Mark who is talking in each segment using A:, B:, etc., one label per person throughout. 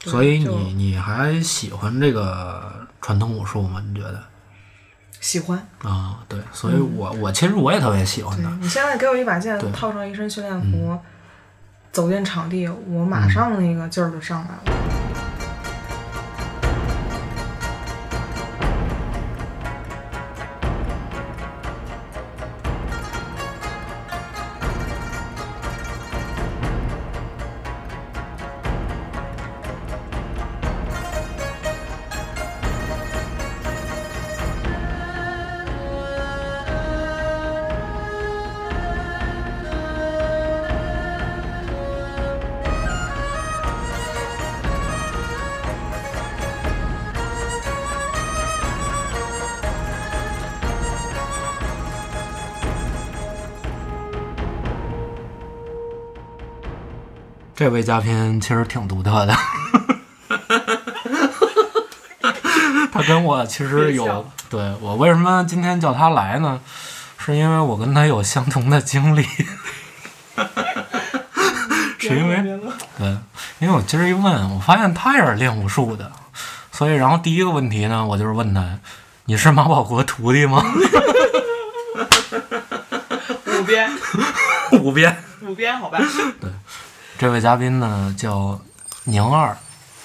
A: 所以
B: 就
A: 你你还喜欢这个传统武术吗？你觉得？
B: 喜欢。
A: 啊、对，所以我、我其实我也特别喜欢
B: 嗯对
A: 的，
B: 嗯你现在给我一把剑
A: 嗯对，嗯
B: 套上一身训练服，走进场地，我马上那个劲儿就上来了。
A: 这位嘉宾其实挺独 特的，他跟我其实
B: 别
A: 有
B: 笑
A: 对我为什么今天叫他来呢？是因为我跟他有相同的经 历，是因为对，因为我今儿一问，我发现他也是练武术的，所以然后第一个问题呢，我就是问他，你是马保国徒弟吗？
B: 五边，
A: 五遍。
B: 五边，好吧。
A: 这位嘉宾呢叫宁二，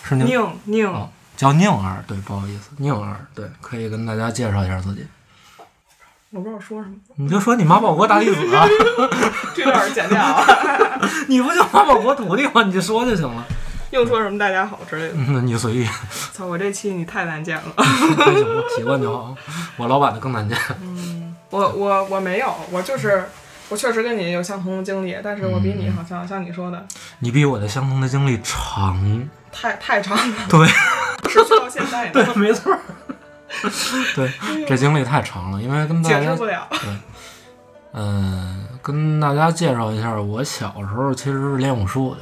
A: 是宁
B: 宁宁，
A: 哦，叫宁儿，对，不好意思，宁儿，对，可以跟大家介绍一下自己。
B: 我不知道说什么，
A: 你就说你马保国大弟子啊，
B: 这段儿剪掉啊。
A: 你不就马保国徒弟吗？你就说就行了。
B: 硬说什么大家好之类的。
A: 嗯，你随意，
B: 操，我这期你太难剪了。
A: 还行吧，习惯就好。我老板的更难见。
B: 我我我没有，我就是我确实跟你有相同的经历，但是我比
A: 嗯
B: 你好像、像你说的
A: 你比我的相同的经历长，
B: 太太长了，
A: 对
B: 持续到现在呢，
A: 对，没错儿，对，这经历太长了，因为跟大
B: 解释
A: 家
B: 不了。
A: 嗯，跟大家介绍一下，我小时候其实是练武术的。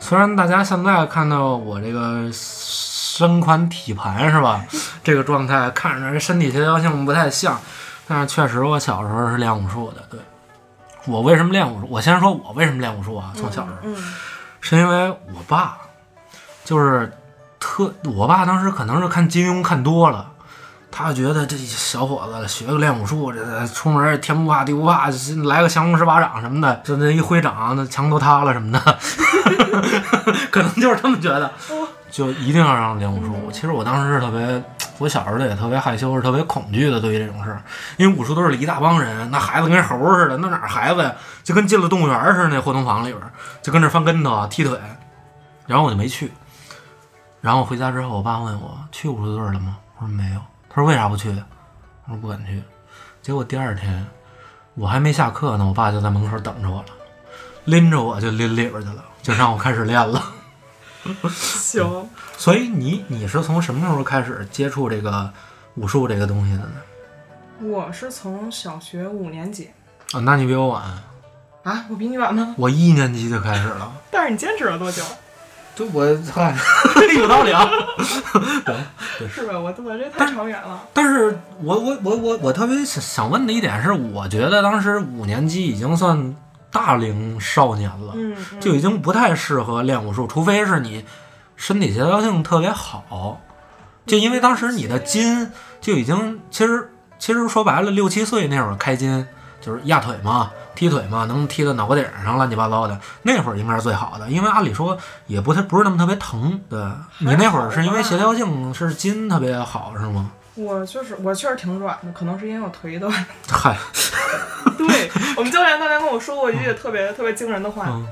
A: 虽然大家现在看到我这个身宽体盘是吧，这个状态看着身体协调性不太像，但是确实我小时候是练武术的。对，我为什么练武术？我先说我为什么练武术啊，从小时候、
B: 嗯，
A: 是因为我爸，就是特我爸当时可能是看金庸看多了，他觉得这小伙子学个练武术，这出门天不怕地不怕，来个降龙十八掌什么的，就那一挥掌，那墙都塌了什么的， 可能就是这么觉得，就一定要让练武术。其实我当时是特别。我小时候也特别害羞，是特别恐惧的，对于这种事儿，因为武术队里一大帮人，那孩子跟猴似的，那哪儿孩子呀，就跟进了动物园似的，那活动房里边，就跟这翻跟头啊、踢腿，然后我就没去。然后我回家之后，我爸问我去武术队了吗？我说没有。他说为啥不去？我说不敢去。结果第二天我还没下课呢，我爸就在门口等着我了，拎着我就拎里边去了，就让我开始练了。
B: 行，
A: 所以你你是从什么时候开始接触这个武术这个东西的呢？
B: 我是从小学五年级
A: 啊、那你比我晚，
B: 啊，我比你晚吗？
A: 我一年级就开始了。
B: 但是你坚持 了多久？
A: 对， 我嗨，有道理啊。
B: 是吧？我我这太长远了。
A: 但是我我我我我特别想想问的一点是，我觉得当时五年级已经算大龄少年了，
B: 嗯，
A: 就已经不太适合练武术，除非是你身体协调性特别好。就因为当时你的筋就已经，其实其实说白了，六七岁那会儿开筋就是压腿嘛、踢腿嘛，能踢到脑瓜顶上乱七八糟的，那会儿应该是最好的，因为按理说也不太不是那么特别疼。对你那会儿是因为协调性是筋特别好是吗？
B: 我就是我确实挺软的，可能是因为我腿短。
A: 嗨，
B: 对我们教练当年跟我说过一句特别特别惊人的话，
A: 嗯。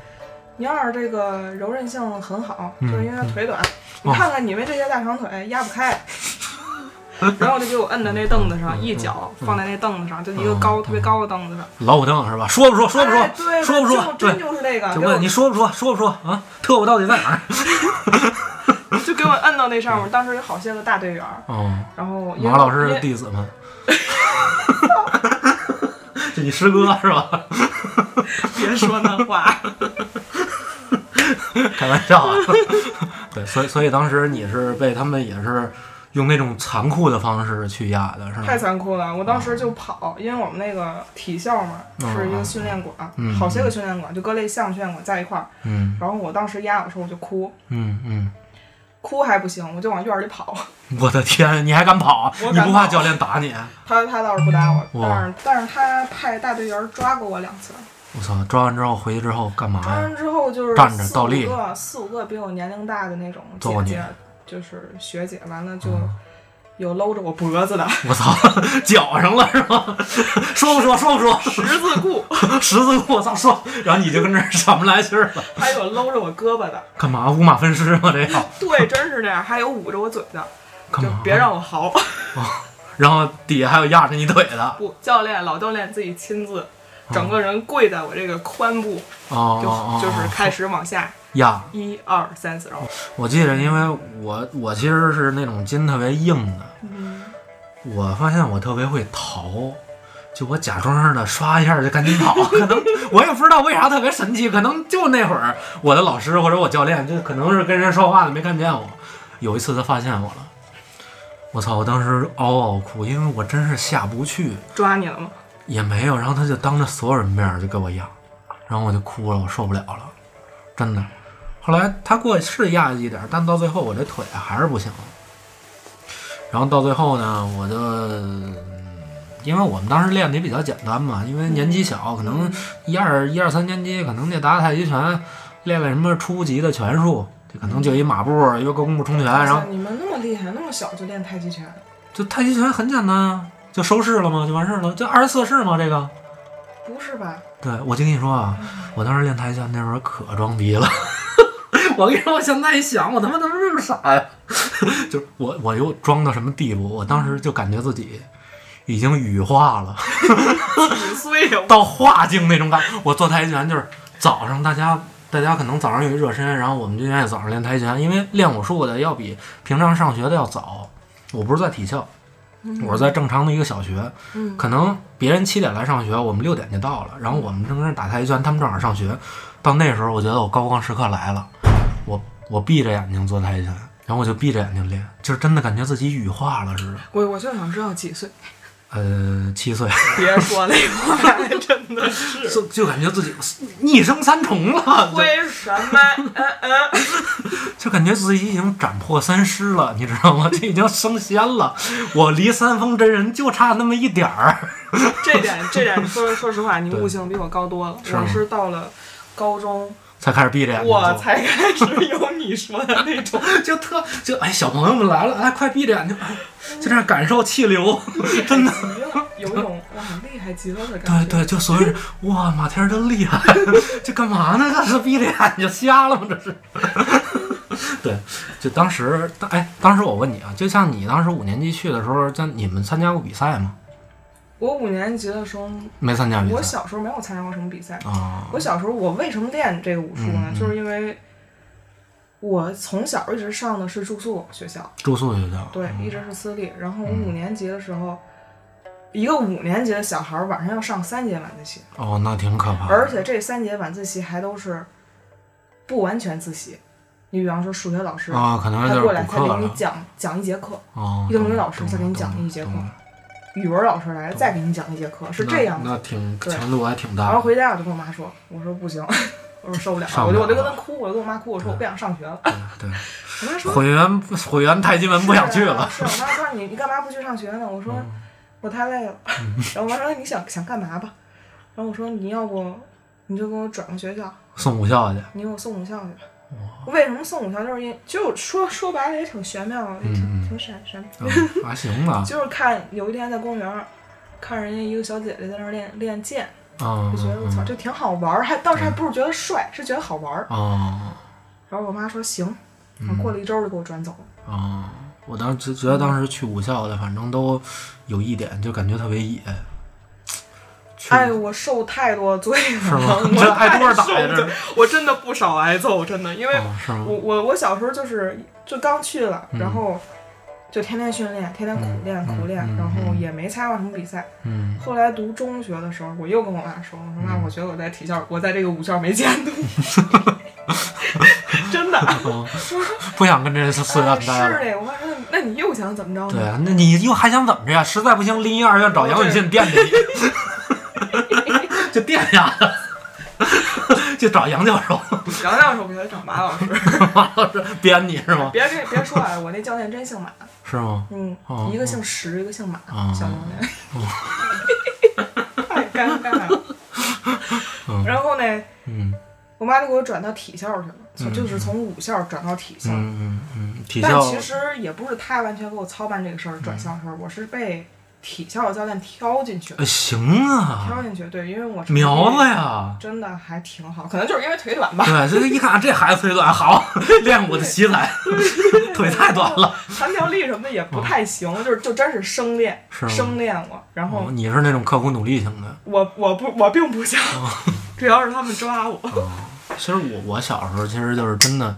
B: 你要是这个柔韧性很好，
A: 嗯
B: 就是因为腿短，
A: 嗯
B: 你看看你们这些大长腿压不 开。然后就给我摁在那凳子
A: 嗯
B: 上，一脚放在那凳子上，就一个高、特别高的凳子上。
A: 老虎凳是吧？说不嗯说？说不说？
B: 哎对，
A: 说不说？
B: 就真
A: 对，
B: 就是这个，
A: 就
B: 给我
A: 问你说不说？说不说啊？特务到底在哪儿？
B: 就给我摁到那上面。当时有好些个大队员，
A: 哦，
B: 然后因为
A: 马老师
B: 因
A: 的
B: 为
A: 弟子们， 这你师哥是吧？
B: 别说那话，
A: 开玩笑啊。 对，所以所以当时你是被他们也是用那种残酷的方式去压的，是
B: 嗯太
A: 吗？
B: 残酷了。我当时就跑，因为我们那个体校嘛，
A: 嗯
B: 是一个训练馆，
A: 嗯
B: 好些个训练馆，就各类项目训练馆在一块儿。
A: 嗯
B: 然后我当时压的时候我就哭，
A: 嗯嗯
B: 哭还不行，我就往院里跑。
A: 我的天，你还敢跑？
B: 我
A: 你
B: 敢
A: 不怕
B: 跑
A: 教练打你？
B: 他他倒是不打我，
A: 哇
B: 但是但是他派大队员抓过我两次，
A: 我操！抓完之后回去之后干嘛
B: 抓
A: 呀？
B: 完之后就是
A: 哎站着
B: 四
A: 倒
B: 五
A: 立
B: 个四五个比我年龄大的那种
A: 揍你
B: 姐姐，就是学姐，完了就
A: 嗯
B: 有搂着我脖子的
A: 我操， 绞上了是吗？ 说不说？说不说？
B: 十字固，
A: 十字裤，我操，说，然后你就跟这儿 上不来气儿了，
B: 还有搂着我胳膊的，
A: 干嘛？五马分尸吗？这要
B: 对，真是这样，还有捂着我嘴的，
A: 干
B: 就
A: 嘛？
B: 别让我嚎。
A: 然后底下还有压着你腿的，
B: 不，教练老教练自己亲自，整个人跪在我这个髋部，
A: 哦
B: 就
A: 啊哦哦，
B: 就是
A: 哦
B: 开始往下，
A: 压。
B: 一二三四，然后
A: 我记得，因为我我其实是那种筋特别硬的，我发现我特别会逃，就我假装似的刷一下就赶紧跑，可能我也不知道为啥特别神奇，可能就那会儿我的老师或者我教练，就可能是跟人说话了没看见我，有一次他发现我了，我操！我当时嗷嗷哭，因为我真是下不去，
B: 抓你了吗？
A: 也没有，然后他就当着所有人面儿就给我压，然后我就哭了，我受不了了，真的。后来他给我是压一点儿，但到最后我这腿还是不行了。然后到最后呢，我就嗯因为我们当时练的也比较简单嘛，因为年纪小，可能一二一二三年级，可能就打打太极拳，练练什么初级的拳术，就可能就一马步儿一个弓步冲拳，啊然后
B: 你们那么厉害，那么小就练太极拳，
A: 就太极拳很简单啊，就收式了嘛，就完事儿了，就二十四式嘛，这个。
B: 不是吧？
A: 对，我就跟你说啊，我当时练太极拳那会儿可装逼了。 我跟你说，我现在一想，我他妈怎么这么傻呀？ 就是我，我又装到什么地步？我当时就感觉自己已经羽化了，
B: 几岁呀？
A: 到化境那种感觉。我做太极拳就是早上大家。大家可能早上有一热身，然后我们就愿意早上练太极拳，因为练武术的要比平常上学的要早。我不是在体校，我是在正常的一个小学，
B: 嗯
A: 可能别人七点来上学，我们六点就到了，然后我们正在那打太极拳，他们正好上学。到那时候，我觉得我高光时刻来了，我我闭着眼睛做太极拳，然后我就闭着眼睛练，就是真的感觉自己羽化了似的。
B: 我我就想知道几岁。
A: 呃，七岁，
B: 别说那话了， 真的 是。
A: 就就感觉自己逆生三重了，就
B: 为什么？嗯嗯，
A: 就感觉自己已经斩破三尸了，你知道吗？ 这已经升仙了，我离三峰真人就差那么一点儿。
B: 这点这点说说实话，你
A: 对
B: 悟性比我高多了。
A: 是吗
B: 我是到了高中，
A: 才开始闭着眼睛做，
B: 我才开始有你说的那种。
A: 就特就哎，小朋友们来了，哎，快闭着眼睛，哎就这样感受气流， 真的。
B: 有一种哇厉害极了的
A: 对
B: 感觉。
A: 对，就所有人哇，马天儿真厉害， 这干嘛呢？这是闭着眼睛瞎了吗？这是。 对，就当时，哎，当时我问你啊，就像你当时五年级去的时候，像你们参加过比赛吗？
B: 我五年级的时候，
A: 没参加比
B: 我
A: 赛
B: 小时候没有参加过什么比赛。
A: 啊。
B: 我小时候我为什么练这个武术呢？
A: 嗯嗯
B: 就是因为我从小一直上的是住宿学校，
A: 住宿学校。
B: 对，一
A: 嗯
B: 直是私立。然后我
A: 嗯
B: 五年级的时候，一个五年级的小孩儿晚上要上三节晚自习，
A: 哦，那挺可怕的。
B: 而且这三节晚自习还都是不完全自习。你比方说数学老师，
A: 啊，可能
B: 他
A: 就
B: 过
A: 是
B: 来
A: 补
B: 才
A: 课
B: 给你
A: 了。
B: 讲讲一节课，
A: 哦，
B: 英语
A: 懂
B: 老师
A: 懂
B: 再给你
A: 懂
B: 讲
A: 懂
B: 一节课
A: 懂
B: 语文老师来了
A: 懂
B: 再给你讲一节课，是
A: 那
B: 这样
A: 那
B: 的。
A: 挺
B: 对
A: 强度还挺大的。
B: 然后回家我就跟我妈说，我说不行，我说受不了
A: 上
B: 了，
A: 不
B: 我就我就
A: 了
B: 跟她哭，我就跟我妈哭，我说我不想上学了。
A: 对
B: 我妈
A: 对，
B: 说
A: 毁员毁员太极门不想去了。嗯
B: 是啊。是啊我妈说你你干嘛不去上学呢？我说我太累了。然后我妈说哎你想想干嘛吧？然后我说你要不你就给我转个学校，
A: 送母校去。
B: 你给我送母校去吧。为什么送母校？就是因就说说白了也挺玄妙的，也
A: 嗯嗯
B: 挺挺闪闪。，
A: 啊，还行吧
B: 就是看有一天在公园儿看人家一个小姐姐在那儿练练剑，
A: 啊
B: 就觉得我操这挺好玩儿，还当时还不是觉得帅，是觉得好玩儿。
A: 啊
B: 然后我妈说行，
A: 嗯
B: 然后过了一周就给我转走了。
A: 啊！我当时觉得当时去武校的，反正都有一点，就感觉特别野。去
B: 哎呦，我受太多罪了，
A: 是吗
B: 我
A: 你 这挨多少打呀
B: 太受
A: 这
B: 罪
A: 是
B: 我真的不少挨揍，真的，因为
A: 啊，是吗？
B: 我我我小时候就是就刚去了，
A: 嗯
B: 然后就天天训练，天天苦练
A: 嗯
B: 苦练
A: 嗯，
B: 然后
A: 嗯
B: 也没参加过什么比赛。
A: 嗯，
B: 后来读中学的时候，我又跟我妈说，我说妈，我觉得我在体校，我在这个武校没前 途，真的。
A: 啊不想跟这些
B: 哎是
A: 四蛋待了。
B: 的，我妈说，那你又想怎么着
A: 对
B: 呢？
A: 啊，那你又还想怎么着呀？实在不行，临沂二院 找杨永信垫着你，就垫下了，就找杨教授，
B: 杨教授，我给他找马老师。
A: 马老师编你是吗？
B: 别跟别说啊，我那教练真姓马，
A: 是吗？
B: 嗯，
A: 哦
B: 一个姓石，一个姓马，
A: 哦
B: 小教练。 太尴尬了。然后呢，
A: 嗯
B: 我妈就给我转到体校去了，从就是从武校转到体校。
A: 嗯嗯嗯，体
B: 但
A: 校
B: 其实也不是她完全给我操办这个事儿，转校的事儿，我是被体校的教练挑进去的，
A: 呃行啊，
B: 挑进去。对，因为我成绩
A: 苗子呀，
B: 真的还挺好，可能就是因为腿短吧。
A: 对，这一看这孩子腿短，好练过的奇才，腿太短了。
B: 弹跳力什么的也不太行，就是就真是生练，
A: 哦是吗
B: 生练过。然后
A: 哦，你是那种刻苦努力型的。
B: 我我不我并不想，
A: 哦
B: 主要是他们抓我。
A: 其实我我小时候其实就是真的，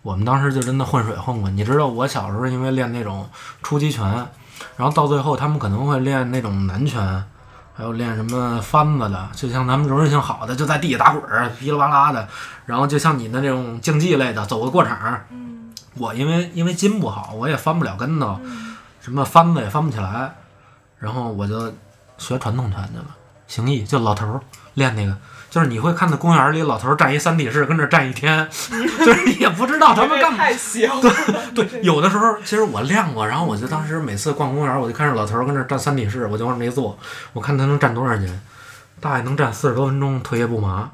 A: 我们当时就真的混水混过。你知道我小时候因为练那种出击拳，然后到最后他们可能会练那种南拳，还有练什么翻子的，就像咱们柔韧性好的就在地下打滚儿，噼里啪啦的。然后就像你的那种竞技类的，走个过场。我因为因为筋不好，我也翻不了跟头，什么翻子也翻不起来，然后我就学传统拳去了，形意就老头儿练那个。就是你会看到公园里老头儿站一三体式，跟这儿站一天，就是你也不知道他们干嘛。
B: 太邪乎了，
A: 对，有的时候其实我练过，然后我就当时每次逛公园，我就看着老头儿跟那儿站三体式，我就往那一坐，我看他能站多少斤，大爷能站四十多分钟，腿也不麻。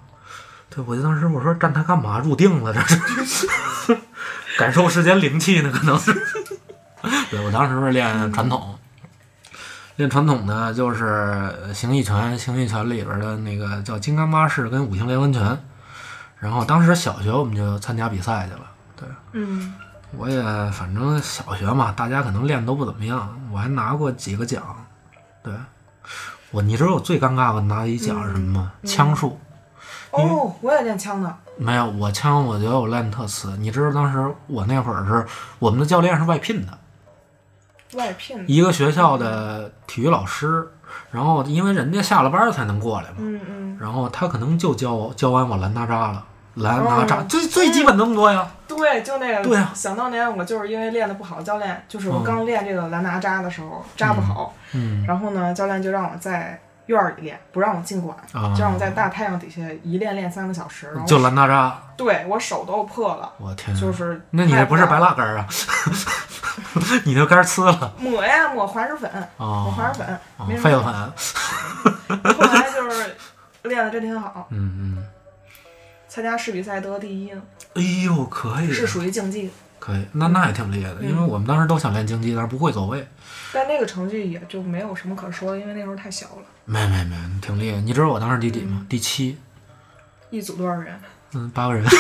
A: 对，我就当时我说站他干嘛？入定了这是，感受世间灵气呢，可能是。对我当时是练传统，练传统的就是呃形意拳，形意拳里边的那个叫金刚八式跟五行连环拳。然后当时小学我们就参加比赛去了，对。
B: 嗯，
A: 我也反正小学嘛，大家可能练得都不怎么样，我还拿过几个奖。对，我你知道我最尴尬我拿一奖是什么
B: 嗯
A: 吗？枪术
B: 哦，我也练枪的，
A: 没有，我枪我觉得我练得特次。你知道当时我那会儿是我们的教练是外聘的，
B: 外聘的，
A: 一个学校的体育老师，然后因为人家下了班儿才能过来嘛，
B: 嗯嗯，
A: 然后他可能就教教完我拦拿扎了，拦拿扎、
B: 哦
A: 最最基本那么多呀。
B: 对，就那个，
A: 对啊
B: 想当年我就是因为练的不好，教练就是我
A: 嗯
B: 刚练这个蓝拿扎的时候扎不好，
A: 嗯
B: 然后呢，教练就让我在院儿里练，不让我进馆，
A: 啊
B: 就，让我在大太阳底下一练练三个小时，然后
A: 就拦拿扎，
B: 对我手都破了，
A: 我天啊！
B: 就是
A: 那你这不是白 拉杆儿啊？ 你这杆儿呲了
B: 抹呀抹滑石粉，抹滑
A: 哦，
B: 石粉，
A: 哦
B: 没什
A: 痱
B: 么
A: 子粉，
B: 后来就是练的真挺好，
A: 嗯嗯，
B: 参加市比赛得第一，
A: 哎呦，可以，
B: 是属嗯于竞技，
A: 可以，那那也挺厉害的，因为我们当时都想练竞技，但是不会走位，
B: 但那个成绩也就没有什么可说的，因为那时候太小了，
A: 没没没，挺厉害。你知道我当时第几
B: 嗯
A: 吗？第七，
B: 一组多少人？
A: 嗯，八个人。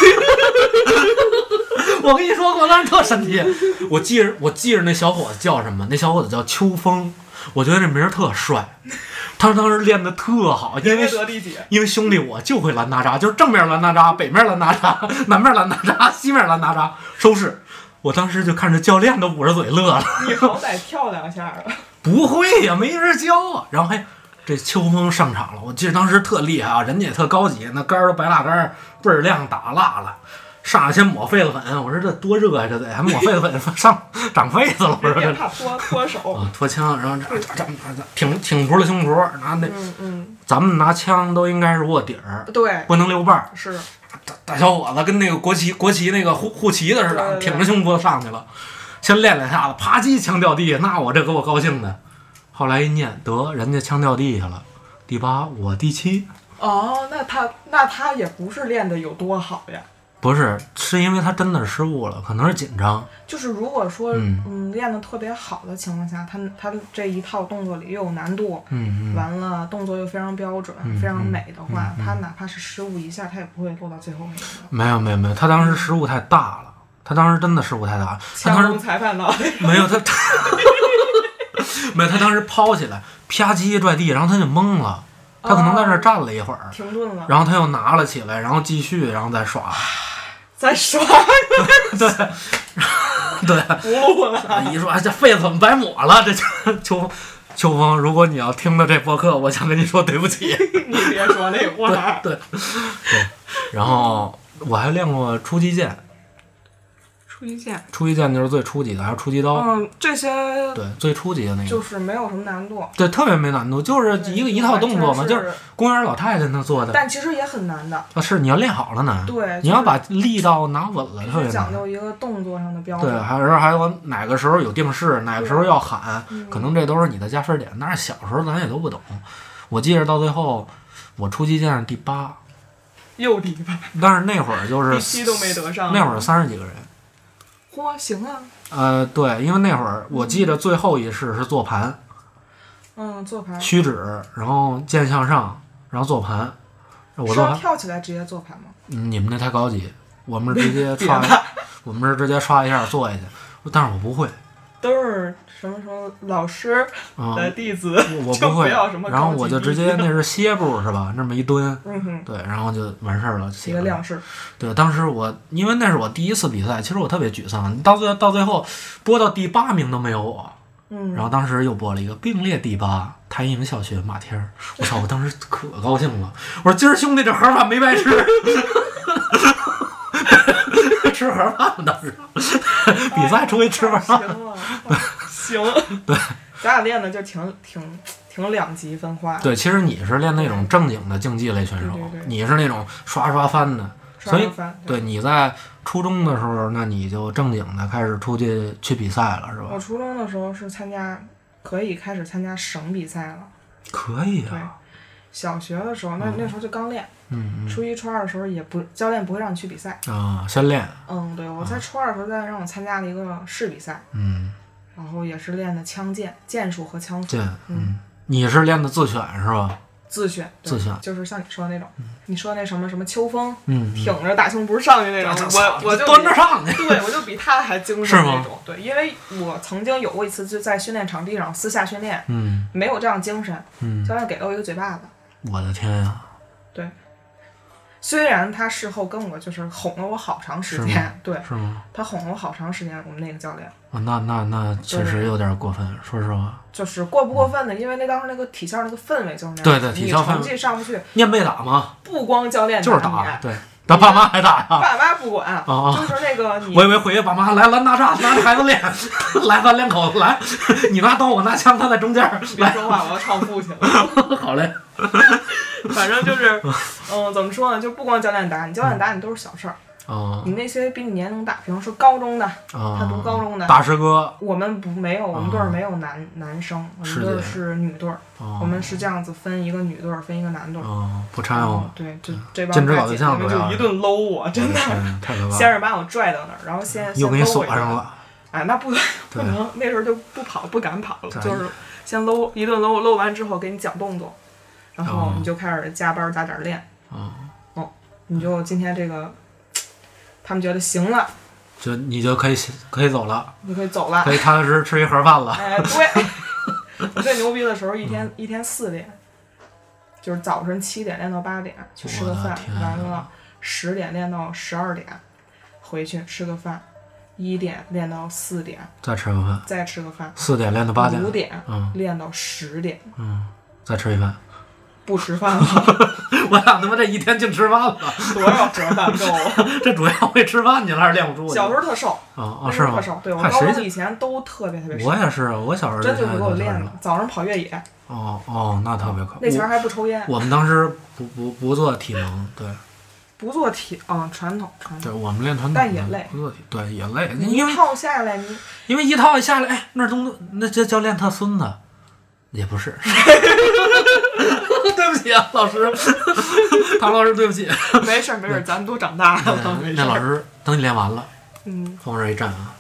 A: 我跟你说，我当时特神奇，我记着我记着那小伙子叫什么，那小伙子叫秋风，我觉得这名儿特帅，他当时练的特好，因为
B: 得第几？
A: 因为兄弟我就会拦拿扎，就是正面拦拿扎，北面拦拿扎，南面拦拿扎，西面拦拿扎，收拾。我当时就看着教练都捂着嘴乐了，
B: 你好歹跳两下啊！
A: 不会呀、没人教啊。然后还这秋风上场了，我记得当时特厉害啊，人家也特高级，那杆儿都白蜡杆儿，倍儿亮，打蜡了。上来先抹痱子粉，我说这多热呀、这得还抹痱子粉，上长痱子了，我说
B: 别
A: 这
B: 怕脱 脱手。
A: 啊脱枪，然后这这这这挺挺直了胸脯，拿那
B: 嗯嗯，
A: 咱们拿枪都应该是握底儿，
B: 对，
A: 不能溜瓣儿。
B: 是
A: 大大小伙子跟那个国旗国旗那个护护旗的似的，
B: 对对对
A: 挺着胸脯上去了，先练两下子，啪叽枪掉地，那我这给我高兴的。后来一念，得人家枪掉地下了，第八我第七，
B: 哦，那他那他也不是练的有多好呀。
A: 不是是因为他真的失误了，可能是紧张，
B: 就是如果说
A: 嗯
B: 嗯练的特别好的情况下，他他这一套动作里又有难度，
A: 嗯嗯，
B: 完了动作又非常标准、
A: 嗯啊
B: 非常美的话，他哪怕是失误一下，他也不会落到最后那个。
A: 没有没有没有，他当时失误太大了，他当时真的失误太大了，他当时
B: 裁判 脑袋，
A: 没有他，他没有他当时抛起来，啪叽拽地，然后他就懵了，他可能在那儿站了一会儿，
B: 停顿了，
A: 然后他又拿了起来，然后继续，然后再耍。
B: 再说
A: 对，对，
B: 不录了。
A: 一说哎这痱子怎么白抹了？这就 秋秋风，如果你要听到这播客，我想跟你说对不起。
B: 你别说那话，
A: 对，然后我还练过初击剑，
B: 初一剑，
A: 初级剑就是最初级的，还有初级刀，
B: 嗯，这些
A: 对，最初级的那个
B: 就，是没有什么难度，
A: 对，特别没难度，就是一个一套动作嘛，
B: 完全
A: 就是
B: 是，
A: 公园老太太那做的，
B: 但其实也很难的，
A: 啊，是你要练好了呢，
B: 对，
A: 你要把力道拿稳了，
B: 就
A: 特
B: 是
A: 别
B: 必须讲
A: 难。
B: 究一个动作上的标
A: 对，
B: 准，
A: 还有还有哪个时候有定式，哪个时候要喊，
B: 嗯
A: 可能这都是你的加分点。但是小时候咱也都不懂，我记着到最后我初级剑是第八，
B: 又第八，
A: 但是那会儿就
B: 第
A: 是
B: 七都没得上，
A: 那会儿三十几个人，
B: 嚯，行啊，
A: 呃，对，因为那会儿我记得最后一式是坐盘，
B: 嗯，做牌
A: 屈指，然后剑向上，然后坐盘。我
B: 是
A: 坐
B: 要
A: 盘，
B: 跳起来直接做牌吗？
A: 嗯你们那太高级，我们是直 接刷，我们是直接刷一下坐下去，但是我不会。
B: 都是什么什么老师
A: 啊。
B: 的弟子，
A: 我我
B: 哎就
A: 不会，
B: 不要什么
A: 然后
B: 高级
A: 我就
B: 低
A: 直接 那是歇步是吧？那么一蹲，
B: 嗯哼，
A: 对，然后就完事儿了。
B: 一
A: 写
B: 个
A: 了
B: 量式，
A: 对，当时我因为那是我第一次比赛，其实我特别沮丧，到最到最后播到第八名都没有我。
B: 嗯，
A: 然后当时又播了一个并列第八，台营小学马天儿，我操！我当时可高兴了，我说今儿兄弟这盒饭没白吃， 吃盒饭了当时，比赛出去吃饭。
B: 行啊，行， 对，咱俩练的就挺挺挺两极分化，
A: 对，其实你是练那种正经的竞技类选手，
B: 对对对
A: 你是那种刷刷翻的。
B: 刷
A: 所以
B: 着翻，
A: 对，你在初中的时候，那你就正经的开始出去去比赛了，是吧
B: 我？初中的时候是参加，可以开始参加省比赛了。
A: 可以
B: 对
A: 啊，
B: 小学的时候，那那时候就刚练，
A: 嗯
B: 初一、初二的时候也不教练不会让你去比赛。
A: 嗯啊，先练，
B: 嗯，对，我
A: 啊
B: 在初二的时候再让我参加了一个市比赛，
A: 嗯，
B: 然后也是练的枪剑、剑术和枪术
A: 剑，嗯，你是练的自选是吧？
B: 自选，对
A: 自选
B: 就是像你说的那种，你说那什么什么秋风，
A: 嗯，
B: 挺着大胸脯上去那种，我我就
A: 端着上去，
B: 对，我就比他还精
A: 是
B: 神
A: 吗
B: 那种。对，因为我曾经有过一次就在训练场地上私下训练，
A: 嗯
B: 没有这样精神，
A: 嗯，
B: 教练给了我一个嘴巴子。
A: 我的天呀、啊，
B: 虽然他事后跟我就是哄了我好长时
A: 是
B: 间， 对
A: 是吗？
B: 他哄了我好长时间。我们那个教练
A: 啊，那那那确实有点过分，说实话，
B: 就是过不过分的，因为那当时那个体校那个氛围就是那样，
A: 对对体校
B: 你成
A: 氛围
B: 绩上不去，
A: 念被打吗？
B: 不光教练
A: 就是
B: 哎打
A: 打，
B: 你，
A: 对，咱爸妈还打呀、
B: 爸妈不管，
A: 啊啊
B: 就是那个你
A: 我以为回去爸妈来蓝大厦拿着孩子练， 来咱练口子来，你拿刀我拿枪，他在中间儿
B: 别
A: 来，
B: 说话，我要唱父亲了。
A: 好嘞，
B: 反正就是，嗯，怎么说呢，就不光教练打你，教练打你都是小事儿，
A: 啊
B: 你那些比你年龄大，比方说高中的，
A: 啊，
B: 他读高中的。
A: 大师哥，
B: 我们不没有，我们队
A: 啊
B: 儿没有男男生，我
A: 是
B: 们队儿
A: 的
B: 是女队儿，
A: 啊
B: 我们是这样子分一个女队儿，分一个男队儿。
A: 啊不掺
B: 哦
A: 和，，
B: 对，这这帮
A: 禁止
B: 大
A: 搞对
B: 姐
A: 象
B: 姐们
A: 主要
B: 就是一顿搂我，真的，
A: 嗯太可怕
B: 先
A: 了，
B: 是把我拽到那儿，然后先
A: 又给你锁上。
B: 先搂我一顿
A: 了，
B: 哎，那不不
A: 对，
B: 能，那时候就不跑，不敢跑了，
A: 对
B: 就是先搂一顿搂，搂完之后给你讲动作，然后
A: 哦
B: 你就开始加班加点练。
A: 啊，
B: 你就今天这个，他们觉得行了，
A: 就你就可以可以走了，
B: 你可以 走了。
A: 可以踏踏实实吃一盒饭了，
B: 哎，对， 我最牛逼的时候一
A: 嗯
B: 天一天四练，就是早晨七点练到八点去吃个
A: 我的
B: 饭
A: 天，啊
B: 完了十点练到十二点，回去吃个饭，一点练到四点，
A: 再吃个饭，
B: 再吃个饭，
A: 四点练到八点
B: 五，点
A: 嗯
B: 练到十点，
A: 嗯，再吃一饭，
B: 不吃饭了，
A: 我俩他妈这一天净吃饭了，
B: 多少盒饭够啊？
A: 这主要为吃饭去了还是练不住去？
B: 小时候特瘦，
A: 啊啊
B: 那
A: 是
B: 时候
A: 吗
B: 特？瘦，对我
A: 嗨
B: 高
A: 谁
B: 中以前都特别特别瘦
A: 我，也是，我小时候
B: 真
A: 就
B: 就是
A: 那
B: 给我
A: 种
B: 练
A: 人
B: 的，早上跑越野，
A: 哦哦，那特别可
B: 那前儿
A: 我
B: 还不抽烟，
A: 我们当时不不不做体能，对
B: 不做体啊传统传统。
A: 对，我们练传统的，
B: 但也累
A: 不做体对也累，
B: 你
A: 因
B: 一
A: 为
B: 套下来，你
A: 因为一套一下来，哎，那儿东那这教练他孙子，也不 是， 对不起啊，老师， 唐老师对不起，
B: 没事儿没事儿，
A: 嗯
B: 咱们都长大了， 没事
A: 那老
B: 儿。
A: 师等你练完了，
B: 嗯
A: 往这儿一站啊，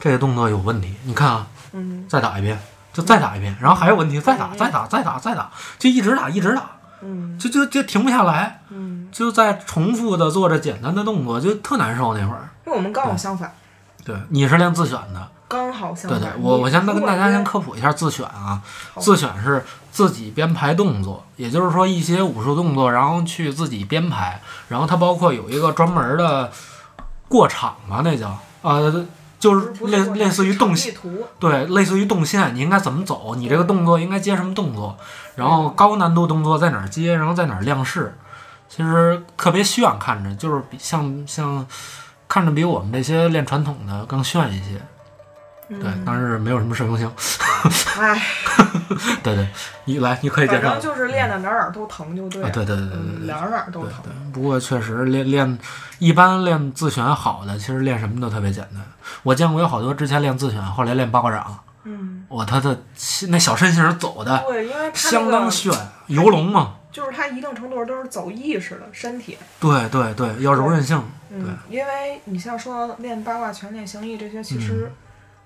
A: 这个动作有问题，你看啊，
B: 嗯
A: 再打一遍，就再打一遍，然后还有问题，再打
B: 嗯
A: 再打再打再打，就一直打一直打，
B: 嗯
A: 就就就停不下来。
B: 嗯，
A: 就在重复的做着简单的动作，就特难受那会儿。
B: 因为我们刚好相反，
A: 对，你是练自选的，
B: 刚好相
A: 对
B: 反。
A: 对，我我先
B: 你
A: 跟大
B: 如果
A: 家先
B: 说
A: 科普一下自选啊，
B: 好
A: 自选是自己编排动作，也就是说一些武术动作，然后去自己编排，然后它包括有一个专门的过场吧，那叫呃，就是
B: 不是不是
A: 类
B: 过
A: 类似于
B: 是
A: 动
B: 场
A: 线，
B: 地图，
A: 对，类似于动线，你应该怎么走，你这个动作应该接什么动作，然后
B: 嗯
A: 高难度动作在哪儿接，然后在哪儿亮式，其实特别炫，看着就是比像像看着比我们这些练传统的更炫一些。
B: 嗯
A: 对，但是没有什么实用性。
B: 唉，
A: 对对，你来，你可以介
B: 反
A: 绍。嗯
B: 正就是练的哪儿哪儿都疼就对
A: 啊，
B: 了，
A: 对对对对
B: 嗯
A: 对
B: 哪儿哪儿都
A: 对
B: 疼。
A: 对。不过确实练练，一般练自旋好的，其实练什么都特别简单。我见过有好多之前练自旋，后来练八卦掌，
B: 嗯，
A: 我他的那小身形走的
B: 对，因
A: 哎
B: 为他那
A: 相当
B: 个
A: 炫，游龙嘛。
B: 就是他一定程度上都是走意识的身体。
A: 对对对，要柔韧性。
B: 嗯，因为你像说练八卦拳、练形意这些，其实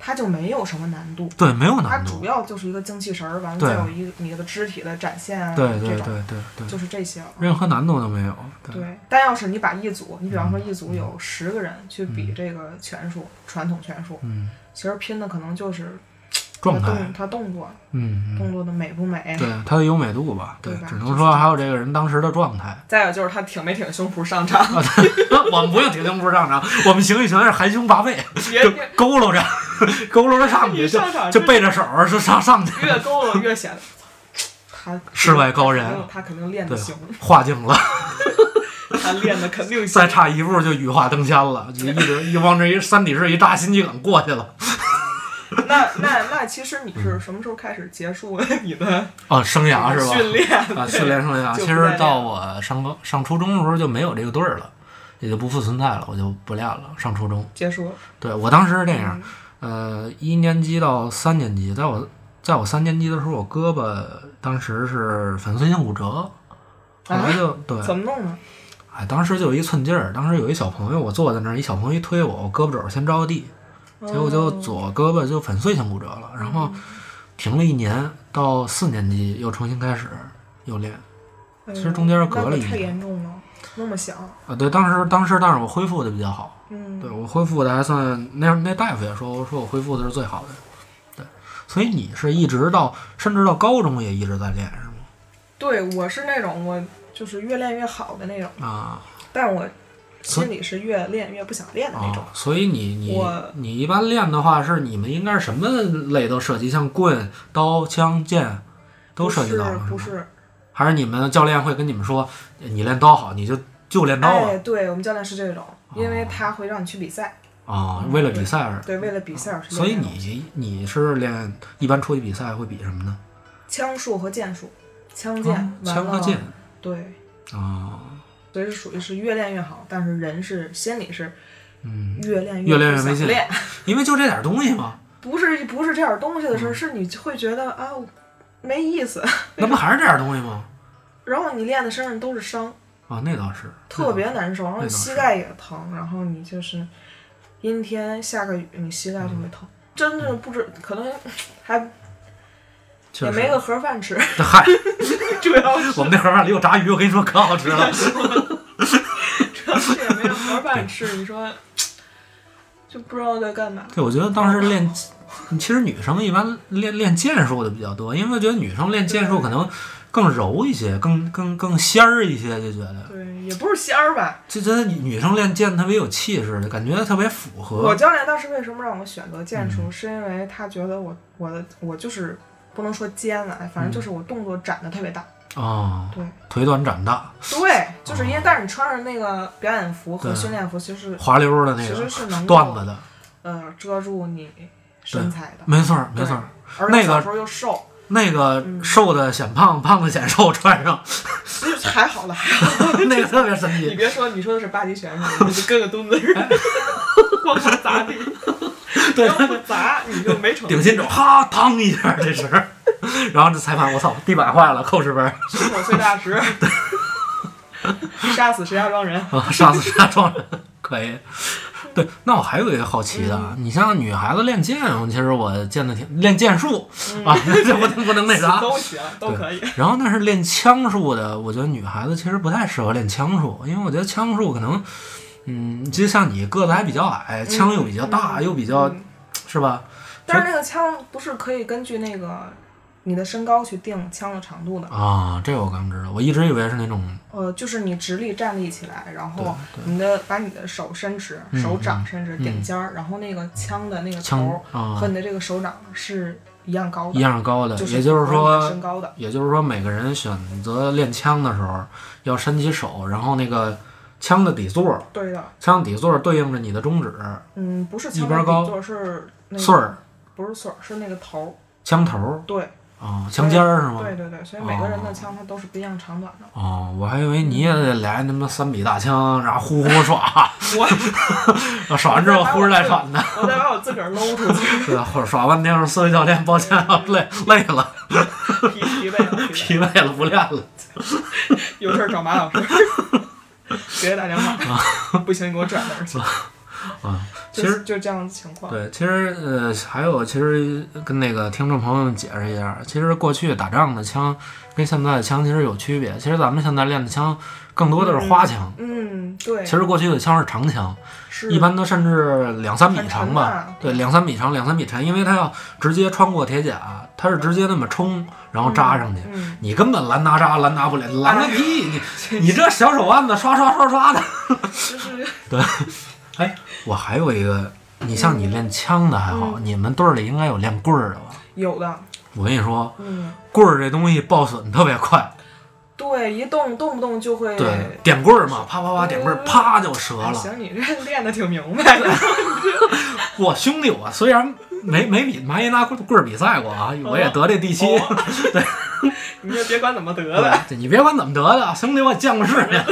B: 它就没有什么难度，
A: 对，没有
B: 它
A: 嗯难
B: 主
A: 度。
B: 要就是一个精气神儿，完了
A: 对
B: 再有一个你的肢体的展现啊，
A: 对对
B: 这种
A: 对对对，
B: 就是这些了。
A: 任何难度都没有。嗯对嗯
B: 对，但要是你把一组，你比方说一组有十个人去比这个拳术，传统拳术，
A: 嗯，
B: 其实拼的可能就是他
A: 状态，
B: 动他动作，
A: 嗯，嗯
B: 动作的美不美，
A: 对，它的优美度吧，对
B: 对，吧
A: 只能说还有这个人当时的状态。
B: 再有就是他挺没挺胸脯上场，
A: 我们不用铁胸脯上场，我们形意拳是含胸拔背，
B: 别
A: 就佝偻着， 佝偻着上
B: 一
A: 去，就
B: 哎上场
A: 就
B: 真是
A: 背着手儿就上上去，
B: 越勾了越显得。他
A: 世外高人
B: 他肯定他肯定练的
A: 对
B: 行，
A: 化境了，
B: 他练的肯定行。
A: 再差一步就羽化登仙了，就一直一往这一三体式一扎，心肌梗过去了。
B: 那那那，其实你是什么时候开始结束你的
A: 哦，嗯生涯是吧？
B: 训练？
A: 啊，训练生涯。
B: 就
A: 其
B: 不
A: 实
B: 再
A: 到
B: 练
A: 我上高上初中的时候就没有这个队儿了，也就不复存在了，我就不练了。上初中，
B: 结束嗯
A: 对我当时是这样，呃，一年级到三年级，在我在我三年级的时候，我胳膊当时是粉碎性骨折，后来就、对，
B: 啊怎么弄呢？
A: 哎，当时就有一寸劲儿，当时有一小朋友，我坐在那儿，一小朋友一推我，我胳膊肘儿先着地，结果就
B: 哦
A: 左胳膊就粉碎性骨折了，
B: 嗯
A: 然后停了一年，到四年级又重新开始又练。
B: 哎呦
A: 其实中间隔了一
B: 那可太
A: 年
B: 严重了，那么小，
A: 啊，对，当时当时，但是我恢复的比较好，
B: 嗯，
A: 对我恢复的还算，那那大夫也说说我恢复的是最好的，对，所以你是一直到甚至到高中也一直在练是吗？
B: 对我是那种我就是越练越好的那种，
A: 啊
B: 但我
A: 所以
B: 心里是越练越不想练的那种
A: 啊，。所以你你
B: 我
A: 你一般练的话是你们应该是什么类都涉及，像棍、刀、枪、剑都涉及到了，
B: 不
A: 是吗？
B: 是不是？
A: 还是你们教练会跟你们说，你练刀好，你就就练刀吧
B: 哎，对我们教练是这种，因为他会让你去比赛，
A: 啊，为了比赛而。
B: 对，为了比赛而去
A: 啊所以
B: 练那种
A: 你你是练一般出去比赛会比什么呢？
B: 枪术和剑术，枪剑
A: 啊，
B: 完
A: 枪和
B: 了
A: 剑
B: 对。
A: 啊，
B: 所以是属于是越练越好，但是人是心里是
A: 嗯，
B: 越练
A: 越练
B: 练
A: 越没劲
B: 练，
A: 因为就这点东西嘛，
B: 不是不是这点东西的时
A: 嗯
B: 候，是你就会觉得啊没意思，
A: 那不还是这点东西吗？
B: 然后你练的身上都是伤，
A: 啊，那倒是，
B: 特别难受，然后
A: 那
B: 你
A: 倒是
B: 膝盖也疼，然后你就是阴天下个雨，你膝盖就
A: 嗯
B: 会疼，真的不知可能还
A: 确
B: 也
A: 实
B: 没。个盒饭吃，
A: 嗨，
B: 主要是
A: 我们那盒饭里有炸鱼，我跟你说可好吃了。
B: 主要是也没个盒饭吃，你说就不知道在干嘛。
A: 对，我觉得当时练， 其实女生一般练练剑术的比较多，因为觉得女生练剑术可能更柔一些，更更更仙儿一些，就觉得
B: 对，也不是仙儿吧，
A: 就觉得女生练剑特别有气势的感觉，特别符
B: 我
A: 合。
B: 教练当时为什么让我选择剑
A: 嗯
B: 术，是因为他觉得我我的我就是不能说尖了，哎
A: 嗯
B: 反正就是我动作展得特别大。
A: 啊，
B: 对
A: 腿短展大，
B: 对，就是因为但是你穿上那个表演服和
A: 哦对
B: 训练服，其实是
A: 滑溜的那
B: 其
A: 个
B: 实是能够
A: 段子的，
B: 呃遮住你身材的，
A: 没错儿没错儿。
B: 而
A: 那
B: 且
A: 个
B: 小时候又瘦，
A: 那个
B: 嗯
A: 瘦的显胖，胖的显瘦，穿 上
B: 其实还好了，还好。
A: 那个特别神
B: 你
A: 奇。
B: 别说，你说的是八级拳术，你就跟个墩子似的，哐哐砸 地，
A: 哎对
B: 要不砸你就没成
A: 顶心肘，哈，当一下，这是。然后这裁判，我操，地板坏了，扣十分儿
B: 胸口碎大石，杀死石家庄人。
A: 啊！杀死石家庄人，可以。对，那我还有一个好奇的，啊你像女孩子练剑，其实我见的挺练剑术 啊，这不能不 能那 啥。
B: 都行，都可以。
A: 然后那是练枪术的，我觉得女孩子其实不太适合练枪术，因为我觉得枪术可能，嗯，就像你个子还比较矮，枪又比较大，又比较
B: 嗯
A: 是吧？
B: 但是那个枪不是可以根据那个你的身高去定枪的长度的，
A: 啊，这我刚知道，我一直以为是那种
B: 呃，就是你直立站立起来，然
A: 对
B: 后你的把你的手伸直，
A: 嗯
B: 手掌伸直
A: 嗯
B: 顶尖儿，然后那个枪的那个
A: 枪
B: 头
A: 啊
B: 和你的这个手掌是一样高
A: 一
B: 的，
A: 样高的，
B: 就是
A: 也就是
B: 符合你的身
A: 说，
B: 高的，
A: 也就是说，每个人选择练枪的时候要伸起手，然后那个枪的底座，
B: 对的，
A: 枪底座对应着你的中指、
B: 嗯，不是
A: 一
B: 枪
A: 边
B: 的
A: 高
B: 底座是那
A: 穗
B: 个，
A: 儿、
B: 不是穗儿，是那个头儿。
A: 枪头
B: 对
A: 啊、枪尖儿是吗？
B: 对对对，所以每个人
A: 哦
B: 的枪它都是不一样长短 的。
A: 哦，我还以为你也得来他妈三比大枪，然后呼呼 耍，
B: 我
A: 耍完之后呼哧带喘的，
B: 我得把我自个儿搂出去，
A: 对，或者耍半天，四位教练，抱歉啊，累累了，
B: 疲疲惫了，疲惫了。
A: 疲累了，不练了。
B: 有事儿找马老师， 别打电话，不行你给我转那儿去。
A: 啊，
B: 就
A: 其实
B: 就这样的情况，
A: 对，其实呃，还有其实跟那个听众朋友们解释一下，其实过去打仗的枪跟现在的枪其实有区别。其实咱们现在练的枪更多的是花枪，
B: 嗯，对，
A: 其实过去的枪是长枪，
B: 是嗯
A: 一般都甚至两三米长
B: 很
A: 吧
B: 沉的，
A: 对，两三米长，两三米沉，因为它要直接穿过铁甲，它是直接那么冲，然后扎上去。
B: 嗯，哎
A: 你根本拦拿扎拦拿不了，拦个屁！你你这小手腕子刷刷刷刷的。
B: 嗯就是
A: 我还有一个，你像你练枪的还
B: 嗯
A: 好，你们队儿里应该有练棍儿的吧？
B: 有的，
A: 我跟你说，
B: 嗯，
A: 棍儿这东西报损特别快，
B: 对，一动动不动就会。
A: 对，点棍儿嘛，啪啪啪点棍儿，
B: 嗯
A: 啪就折
B: 哎
A: 了。
B: 行，你这练的挺明白 的。
A: 我兄弟，我虽然没没比麻耶拿棍儿比赛过啊，我
B: 嗯
A: 也得这第七。
B: 你就别管怎么哦得的，
A: 对，你别管怎么得的，兄弟，我见过世面，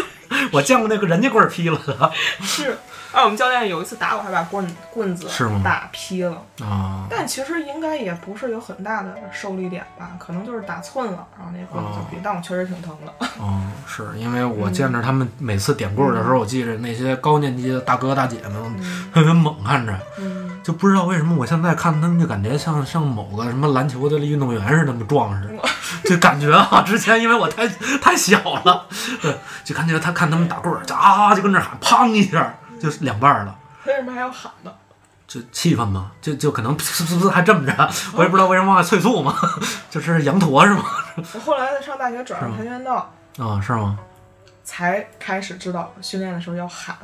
A: 我见过那个人家棍儿劈了的
B: 是。啊，我们教练有一次打我，还把棍棍子
A: 是吗
B: 打劈了，
A: 啊。
B: 但其实应该也不是有很大的受力点吧，可能就是打寸了，然后那棍子就
A: 哦
B: 劈，但我确实挺疼的。
A: 嗯，是因为我见着他们每次点棍儿的时候，我记着那些高年级的大哥大姐们
B: 嗯
A: 特别猛看着，
B: 嗯，
A: 就不知道为什么我现在看他们就感觉像像某个什么篮球的运动员似的那么壮实， 就感觉啊，之前因为我太太小了，对，就感觉他看他们打棍儿，就啊就跟那喊，砰一下就两半儿了。
B: 为什么还要喊呢？
A: 就气氛嘛，就就可能噗噗噗噗还这么着，我也不知道为什么往外催促嘛， 就是羊驼是吗？
B: 我后来上大学转上跆拳道，
A: 啊、是吗？
B: 才开始知道训练的时候要喊。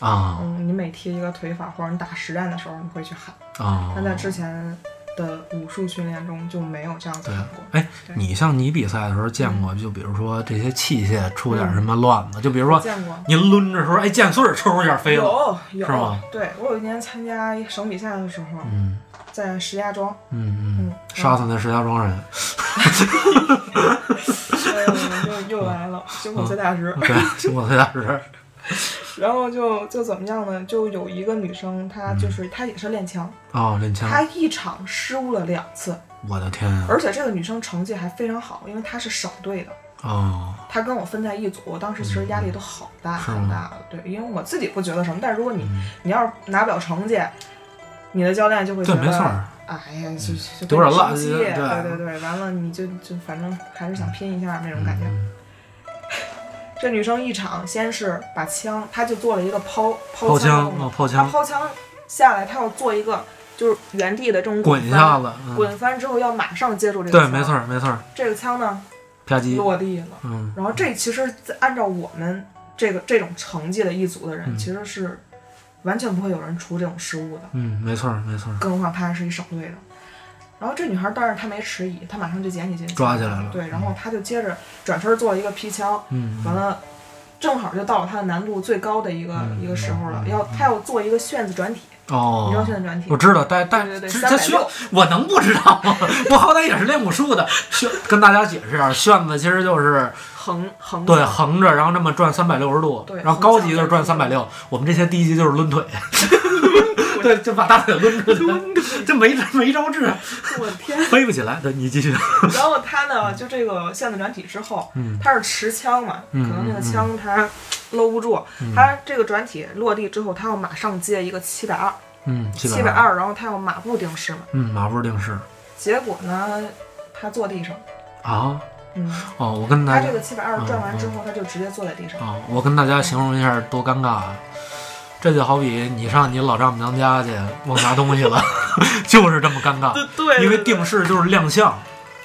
A: 啊
B: 嗯，你每踢一个腿法或者你打实战的时候，你会去喊。
A: 啊！
B: 但在之前的武术训练中就没有这样子
A: 对
B: 喊过。，
A: 哎，
B: 对
A: 你像你比赛的时候见过，就比如说这些器械出点什么乱子，就比如说
B: 见过。
A: 您抡着时候，哎，剑穗儿冲一下飞了，
B: 有有
A: 是吗
B: 对我有一年参加省比赛的时候，
A: 嗯
B: 在石 家庄，
A: 嗯嗯，
B: 嗯，
A: 杀死那石家庄 人，
B: 哎呦，又又来了，胸
A: 嗯
B: 口碎大石。
A: 对，辛苦崔大师，
B: 然后就就怎么样呢？就有一个女生，她
A: 嗯
B: 就是、她也是练枪，
A: 哦，练枪，
B: 她一场失误了两次，
A: 我的天啊呀，
B: 而且这个女生成绩还非常好，因为她是省队的，
A: 哦，
B: 她跟我分在一组，我当时其实压力都好大
A: 嗯是
B: 好
A: 吗嗯
B: 大的。对，因为我自己不觉得什么，但是如果你、你要是拿不了成绩，你的教练就会觉
A: 对，
B: 得，
A: 没错儿，嗯
B: 哎呀，就就
A: 有点烂
B: 生气，
A: 对
B: 对对对，完了你就就反正还是想拼一下那种感觉。
A: 嗯
B: 这女生一场先是把枪，她就做了一个抛
A: 抛
B: 枪的
A: 枪
B: 动
A: 啊，
B: 作，
A: 哦抛
B: 她
A: 枪，
B: 抛枪下来，她要做一个就是原地的这种
A: 滚一
B: 翻
A: 下子，嗯
B: 滚翻之后要马上接住这个
A: 对，
B: 枪，
A: 没错。儿没错儿，
B: 这个枪呢
A: 吧唧，
B: 落地了。
A: 嗯，
B: 然后这其实在按照我们这个这种成绩的一组的人，
A: 嗯
B: 其实是完全不会有人出这种失误的，
A: 嗯，没错儿，没错儿，
B: 更何况她是一省队的。然后这女孩，但是她没迟疑，她马上就捡起这
A: 抓起来了
B: 对，然后她就接着转身做了一个劈枪，
A: 嗯，
B: 完了。正好就到了她的难度最高的一个、
A: 嗯
B: 一个时候了，
A: 嗯
B: 要她要做一个旋子转体，你知道
A: 哦
B: 旋，子转体
A: 我？知道，但但
B: 对对对，
A: 只
B: 三
A: 他
B: 百
A: 需要
B: 六，
A: 我能不知道吗？ 我好歹也是练武术的，炫跟大家解释一下，旋子其实就是
B: 横横
A: 对
B: 着
A: 横着，然后这么转三百六十度
B: 对，
A: 然后高级的是转三百六，我们这些低级就是抡 腿，对，就把大腿抡出去， 这没没招治，啊
B: 我的天！
A: 飞不起来。对你继续，
B: 然后他呢，就这个线子转体之后，
A: 嗯
B: 他是持枪嘛，
A: 嗯
B: 可能那个枪他搂不住，他这个转体落地之后，他要马上接一个七百二，
A: 嗯，七
B: 七百，二，然后他要马步定式嘛。
A: 嗯，马步定式
B: 结果呢，他坐地上，
A: 啊，
B: 嗯，
A: 哦，我跟大
B: 他
A: 家
B: 这个七百二
A: 哦
B: 转完之后，他就直接坐在地上。
A: 啊，我跟大家形容一下多尴尬啊。这就好比你上你老丈母娘家去忘拿东西了， 就是这么尴尬。
B: 对对，
A: 因为定式就是亮相，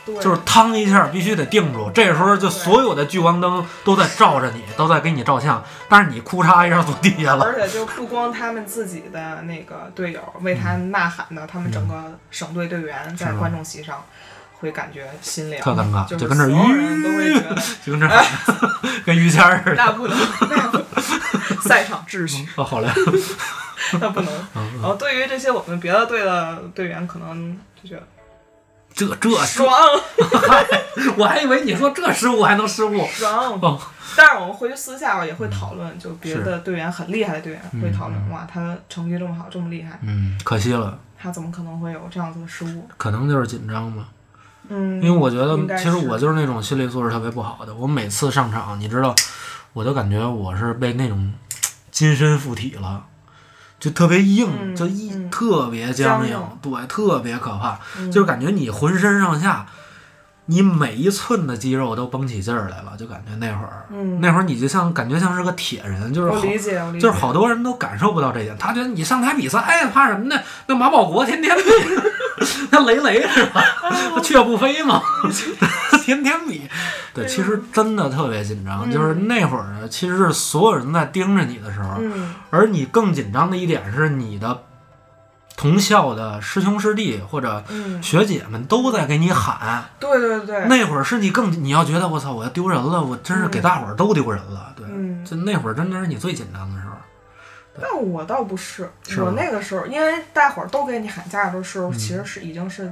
B: 对
A: 就是嘡一下必须得定住，这时候就所有的聚光灯都在照着你，都在给你照相，但是你哭嚓一下坐地下了，
B: 而且就不光他们自己的那个队友为他呐喊的，他们整个省队队员
A: 嗯
B: 在
A: 是吗
B: 观众席上会感觉心凉，
A: 特尴尬
B: 就
A: 就是跟这儿
B: 所有人都会觉得
A: 就跟这儿跟于谦儿似的。
B: 那不能，那不能赛场秩序。
A: 啊，好嘞，
B: 那不能。然后对于这些我们别的队的队员，可能就觉得
A: 这这，
B: 爽
A: 我还以为你说这失误还能失误，
B: 爽。
A: 哦
B: 但是我们回去私下吧也会讨论，就别的队员很厉害的队员会讨论，哇，他成绩这么好，这么厉害，
A: 嗯，可惜了，
B: 他怎么可能会有这样子的失误？
A: 可能就是紧张吧。
B: 嗯，
A: 因为我觉得
B: 应该
A: 其
B: 是
A: 实我就是那种心理素质特别不好的，我每次上场，你知道，我都感觉我是被那种金身附体了，就特别硬，
B: 嗯
A: 就一、
B: 嗯
A: 特别僵硬
B: 僵硬，
A: 对，特别可怕，
B: 嗯
A: 就是感觉你浑身上下，你每一寸的肌肉都绷起劲儿来了，就感觉那会儿，
B: 嗯
A: 那会儿你就像感觉像是个铁人，就是
B: 我
A: 好。
B: 理解，我理解，
A: 就是好多人都感受不到这一点，他觉得你上台比赛，哎，怕什么呢？那马保国天天比， 那雷雷是吧？雀不飞 嘛，天天比。对，
B: 哎哎呦
A: 其实真的特别紧张，
B: 嗯
A: 就是那会儿呢，其实是所有人在盯着你的时候，
B: 嗯
A: 而你更紧张的一点是你的同校的师兄师弟或者
B: 嗯，
A: 学姐们都在给你喊，
B: 对对对，
A: 那会儿是你更你要觉得我操我要丢人了，我真是给大伙儿都丢人了，对。
B: 嗯。
A: 就那会儿真的是你最紧张的时候，
B: 但我倒不是，
A: 是
B: 我
A: 吗嗯
B: 那个时候，因为大伙儿都给你喊价的时候，其实是已经是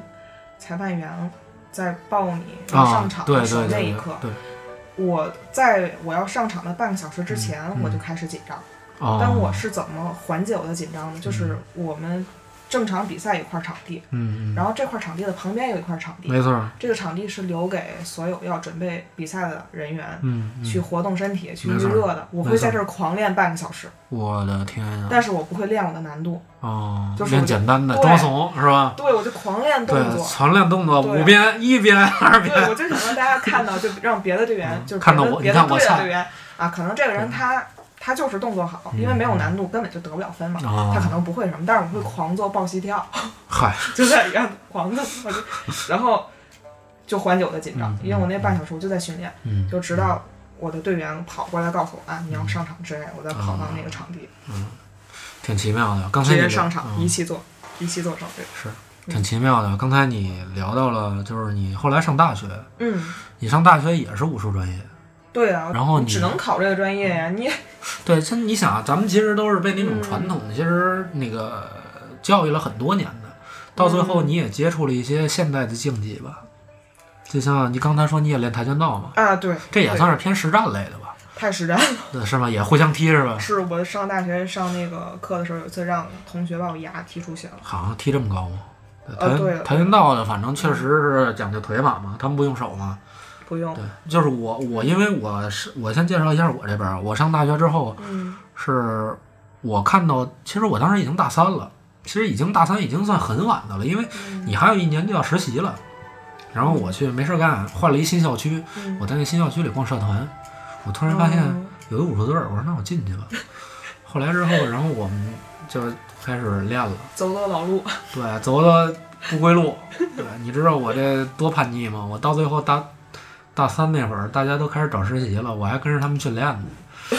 B: 裁判员在报你要上场
A: 啊对
B: 的时候
A: 对对
B: 那
A: 对
B: 一刻，
A: 对，
B: 我在我要上场的半个小时之前，
A: 嗯嗯
B: 我就开始紧张。
A: 哦，嗯
B: 但我是怎么缓解我的紧张呢？就是我们正常比赛有一块场地，
A: 嗯，嗯
B: 然后这块场地的旁边有一块场地，
A: 没错儿，
B: 这个场地是留给所有要准备比赛的人员。
A: 嗯，嗯
B: 去活动身体、去
A: 没
B: 预
A: 错
B: 热的，我会
A: 没错嗯
B: 在这儿狂练半个小时，
A: 我的天呀，
B: 但是我不会练我的难度，
A: 哦
B: 就，是
A: 练
B: 我就
A: 简单的
B: 对
A: 装怂是吧？
B: 对，我就狂练动
A: 对，
B: 作。
A: 全练动作
B: 对
A: 五遍、一遍、二
B: 对，
A: 遍，
B: 我就想让大家看到，就让别的队员，
A: 嗯
B: 就是
A: 看到
B: 别的
A: 我
B: 别
A: 你
B: 的
A: 看我
B: 队的
A: 菜
B: 队员啊，可能这个人他他就是动作好，因为没有难度，根本就得不了分嘛。
A: 哦
B: 他可能不会什么，但是我会狂做抱膝跳，
A: 嗨，
B: 就在里面狂做抱膝，然后就缓解我的紧张
A: 嗯，
B: 因为我那半小时我就在训练，
A: 嗯，
B: 就直到我的队员跑过来告诉我啊，你要上场之类，我再跑到那个场地，
A: 挺奇妙的。刚才
B: 直
A: 你
B: 接
A: 聊
B: 上场一
A: 嗯
B: 起做一起做整队。
A: 是挺奇妙的。刚才你聊到了，就是你后来上大学，
B: 嗯，
A: 你上大学也是武术专业，
B: 对啊，
A: 然后你
B: 只能考这个专业呀，你
A: 对，这你想，啊，咱们其实都是被那种
B: 嗯
A: 传统，其实那个教育了很多年的，到最
B: 嗯
A: 后你也接触了一些现代的竞技吧，就像你刚才说你也练跆拳道嘛，
B: 啊，对，
A: 这也
B: 对
A: 算是偏实战类的吧？
B: 太实战了。
A: 对，是吧？也互相踢是吧？
B: 是我上大学上那个课的时候，有一次让同学把我牙踢出血了。
A: 好像踢这么高吗？对
B: 呃对
A: 跆跆拳道的，反正确实是讲究腿法嘛，他们不用手嘛。
B: 不用
A: 对，，就是我我因为我是我先介绍一下我这边儿，我上大学之后
B: 嗯
A: 是我看到，其实我当时已经大三了，其实已经大三已经算很晚的了，因为你还有一年就要实习了。然后我去没事儿干，换了一新校区，
B: 嗯，
A: 我在那新校区里逛社团，我突然发现
B: 嗯
A: 有一武术队儿，我说那我进去吧。后来之后，然后我们就开始练了，
B: 走走老 路，
A: 对，走的不归路。对，你知道我这多叛逆吗？我到最后大大三那会儿，大家都开始找实习了，我还跟着他们训练呢。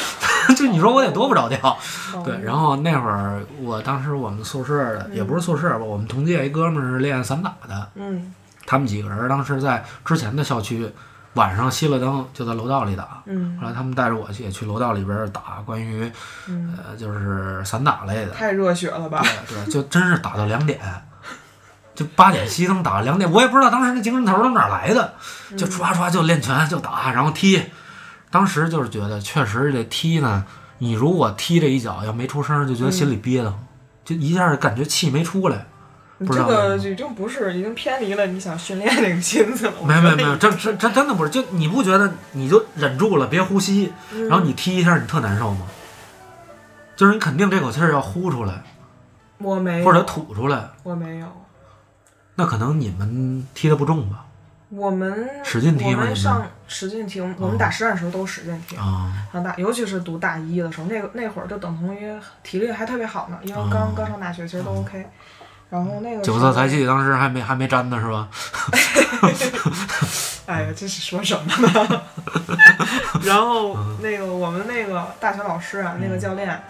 A: 就你说我得多不着调，对。然后那会儿，我当时我们宿舍的也不是宿舍吧，我们同届一哥们儿是练散打的，
B: 嗯
A: 他们几个人当时在之前的校区晚上熄了灯，就在楼道里打。
B: 嗯
A: 后来他们带着我去也去楼道里边儿打关于
B: 嗯，
A: 呃就是散打类的，
B: 太热血了吧？
A: 对对，就真是打到两点，就八点熄灯打到两点，我也不知道当时那精神头儿都哪儿来的，
B: 嗯
A: 就唰唰就练拳就打，然后踢。当时就是觉得确实这踢呢，你如果踢这一脚要没出声儿，就觉得心里憋得
B: 嗯
A: 慌，就一下感觉气没出来。
B: 你
A: 不知
B: 嗯
A: 道
B: 这个已经不是，已经偏离了你想训练那个心思了。我
A: 没
B: 觉
A: 没
B: 得
A: 没有，这这这真的不是，就你不觉得你就忍住了，别呼吸，
B: 嗯
A: 然后你踢一下你特难受吗？就是你肯定这口气儿要呼出来
B: 我没有，
A: 或者吐出来，
B: 我没有。
A: 那可能你们踢的不重吧？
B: 我们
A: 使劲踢吗你们
B: 我
A: 哦
B: 们上使劲踢，我们打实战的时候都使劲踢。
A: 啊、
B: 上大，尤其是读大一的时候，那个那会儿就等同于体力还特别好呢，因为
A: 哦
B: 刚刚上大学，其实都 OK。然后那个
A: 九
B: 时候
A: 色财气当时还没还没沾呢，是吧？
B: 哎呀，这是说什么呢？ 然后
A: 嗯
B: 那个我们那个大学老师啊，那个教练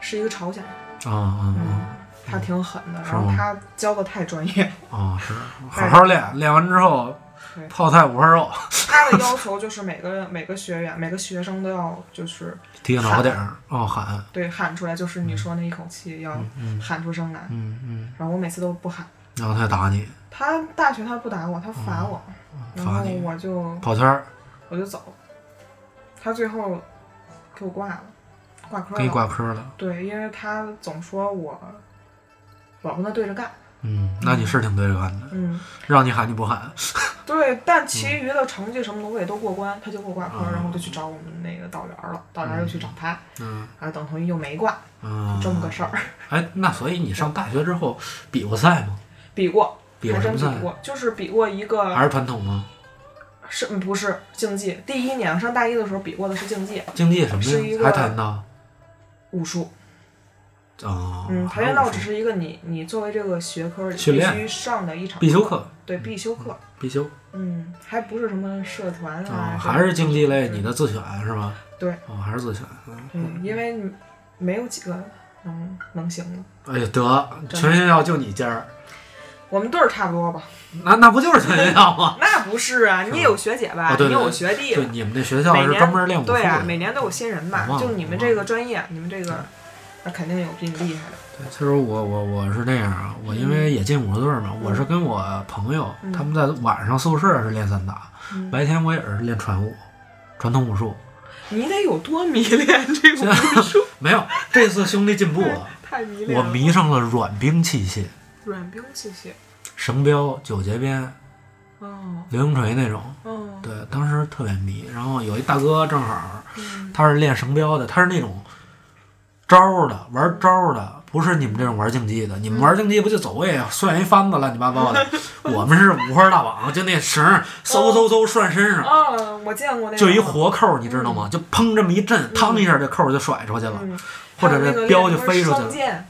B: 是一个朝鲜人，嗯
A: 啊啊
B: 他挺狠的，
A: 是
B: 然后
A: 吗
B: 他教的太专业，
A: 啊啊！是，好好练，练完之后
B: 对
A: 泡菜五花肉，
B: 他的要求就是每个每个学员每个学生都要就是
A: 提个脑顶儿，哦喊，
B: 对喊出来，就是你说那一口气要喊出声来。
A: 嗯嗯，
B: 然后我每次都不喊，
A: 然后他就打你，
B: 他大学他不打我，他罚
A: 嗯
B: 我，然
A: 罚
B: 后
A: 你
B: 我就
A: 跑圈儿
B: 我就走，他最后给我挂了，挂科
A: 给你
B: 了。
A: 挂科了。
B: 对，因为他总说我老跟他对着干，
A: 嗯，那你是挺对着干的，
B: 嗯，
A: 让你喊你不喊，
B: 对，但其
A: 嗯
B: 余的成绩什么的我也都过关，他就给我挂科，然后我就去找我们那个导员了，导员又去找他，
A: 嗯
B: 然后等同于又没挂，
A: 嗯，
B: 这么个事儿。
A: 哎，那所以你上大学之后比过赛吗？
B: 比过，
A: 比过
B: 还
A: 什
B: 真
A: 么
B: 比
A: 赛？
B: 过，就是比过一个
A: 还是传统吗？
B: 是嗯不是竞技？第一年上大一的时候比过的是竞技
A: 竞技什么
B: 是一
A: 呀？
B: 个
A: 还跆拳道？
B: 武术，
A: 哦，
B: 嗯，跆
A: 还
B: 拳
A: 有
B: 道
A: 武
B: 只
A: 术
B: 是一个你你作为这个学科里
A: 训
B: 必
A: 练
B: 须上的一场
A: 必修，课，
B: 对必修课，
A: 必修
B: 嗯，还不是什么社团
A: 啊，
B: 啊，
A: 还是竞技类，
B: 对
A: 你的自选是吧？
B: 对，
A: 哦，还是自选。嗯
B: 嗯，因为没有几个能能行的，
A: 哎呀，得全学校就你尖儿，
B: 我们队儿差不多吧。
A: 那那不就是全学校 吗？
B: 那不是啊，
A: 吗
B: 你有学姐吧？
A: 哦对对
B: 你有学弟
A: 对，
B: 吧，
A: 你们这学校
B: 每
A: 是
B: 年
A: 专门练武术
B: 对啊，
A: 的。
B: 每年都有新人吧
A: 我？忘了
B: 就你们这个专业，你们这个，那肯定有比你厉害的。
A: 其实我我我是那样啊，我因为也进武术队嘛，我是跟我朋友
B: 嗯
A: 他们在晚上宿舍是练散打，
B: 嗯
A: 白天我也是练传武，传统武术。
B: 你得有多迷恋 这个武术？
A: 没 有，这次兄弟进步了，
B: 太迷恋
A: 我
B: 了。
A: 迷上了软兵器械，
B: 软兵器械。
A: 绳镖、九节鞭、
B: 哦
A: 流星锤那种。
B: 哦，
A: 对，当时特别迷。然后有一大哥正好
B: 嗯
A: 他是练绳镖的，他是那种招儿的，玩招儿的，不是你们这种玩竞技的。你们玩竞技不就走位、啊涮一翻子乱七八糟的，我们是五花大绑，就那绳儿嗖嗖嗖涮身上，
B: 哦，我见过那个，
A: 就一活扣，你知道吗？就砰这么一震，嘡一下这扣就甩出去了，
B: 嗯，
A: 或者
B: 还有那
A: 这
B: 个
A: 镖就
B: 练
A: 飞出去
B: 双
A: 了。
B: 剑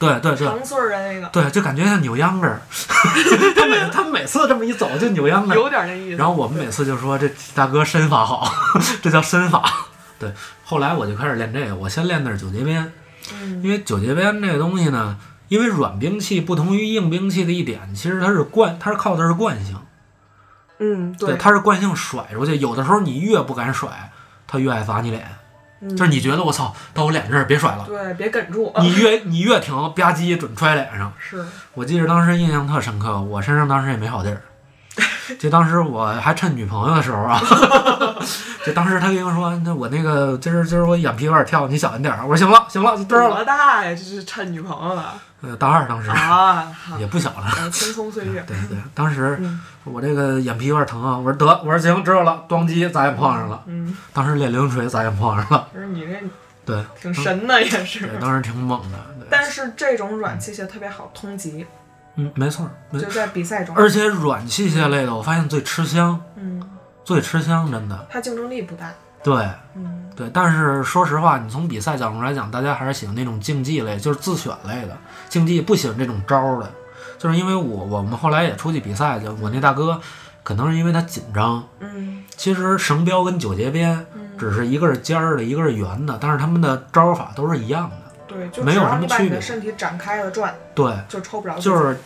A: 对对对。
B: 长穗儿的那个，
A: 对，就感觉像扭秧歌儿， 他每他每次这么一走就扭秧歌儿，
B: 有点那意
A: 嗯
B: 思。
A: 然后我们每次就说这大哥身法好， 这叫身法。对，后来我就开始练这个，我先练的是九节鞭，
B: 嗯
A: 因为九节鞭这个东西呢，因为软兵器不同于硬兵器的一点，其实它是惯，它是靠的是惯性，
B: 嗯，
A: 对，，它是惯性甩出去，有的时候你越不敢甩，它越爱砸你脸，
B: 嗯
A: 就是你觉得我操到我脸这儿别甩了，
B: 对，别梗住，
A: 你越你越停吧唧准揣脸上。
B: 是，
A: 我记得当时印象特深刻，我身上当时也没好地儿。就当时我还趁女朋友的时候啊， 就当时他跟我说，那我那个今儿今儿我眼皮有点跳，你小心点儿。我说行了行了，就这儿了。
B: 多大呀？这是趁女朋友了
A: 呃，大二当时
B: 啊！好
A: 也不小了，
B: 呃青葱岁月，
A: 对对，当时
B: 嗯
A: 我这个眼皮有点疼啊，我说得，我说行，知道了，咣叽咱也碰上了。
B: 嗯，
A: 当时练流星锤咱也碰上了，
B: 不是你这
A: 对
B: 挺神的也是
A: 对，。当时挺猛的。对
B: 但是这种软器械特别好通缉，
A: 嗯，没错儿，没
B: 就。在比赛中，
A: 而且软器械类的，我发现最吃香，
B: 嗯，
A: 最吃香，真的。
B: 它竞争力不大，
A: 对，
B: 嗯，
A: 对，但是说实话，你从比赛角度来讲，大家还是喜欢那种竞技类，就是自选类的竞技，不喜欢这种招儿的。就是因为我我们后来也出去比赛去，我那大哥可能是因为他紧张。
B: 嗯
A: 其实绳镖跟九节鞭
B: 嗯，
A: 只是一个是尖儿的，一个是圆的，但是他们的招法都是一样的。
B: 对，就
A: 没
B: 只
A: 有
B: 要
A: 什么
B: 你把
A: 区
B: 你
A: 别
B: 的身体展开了转，
A: 对，
B: 就抽不着自己，
A: 就是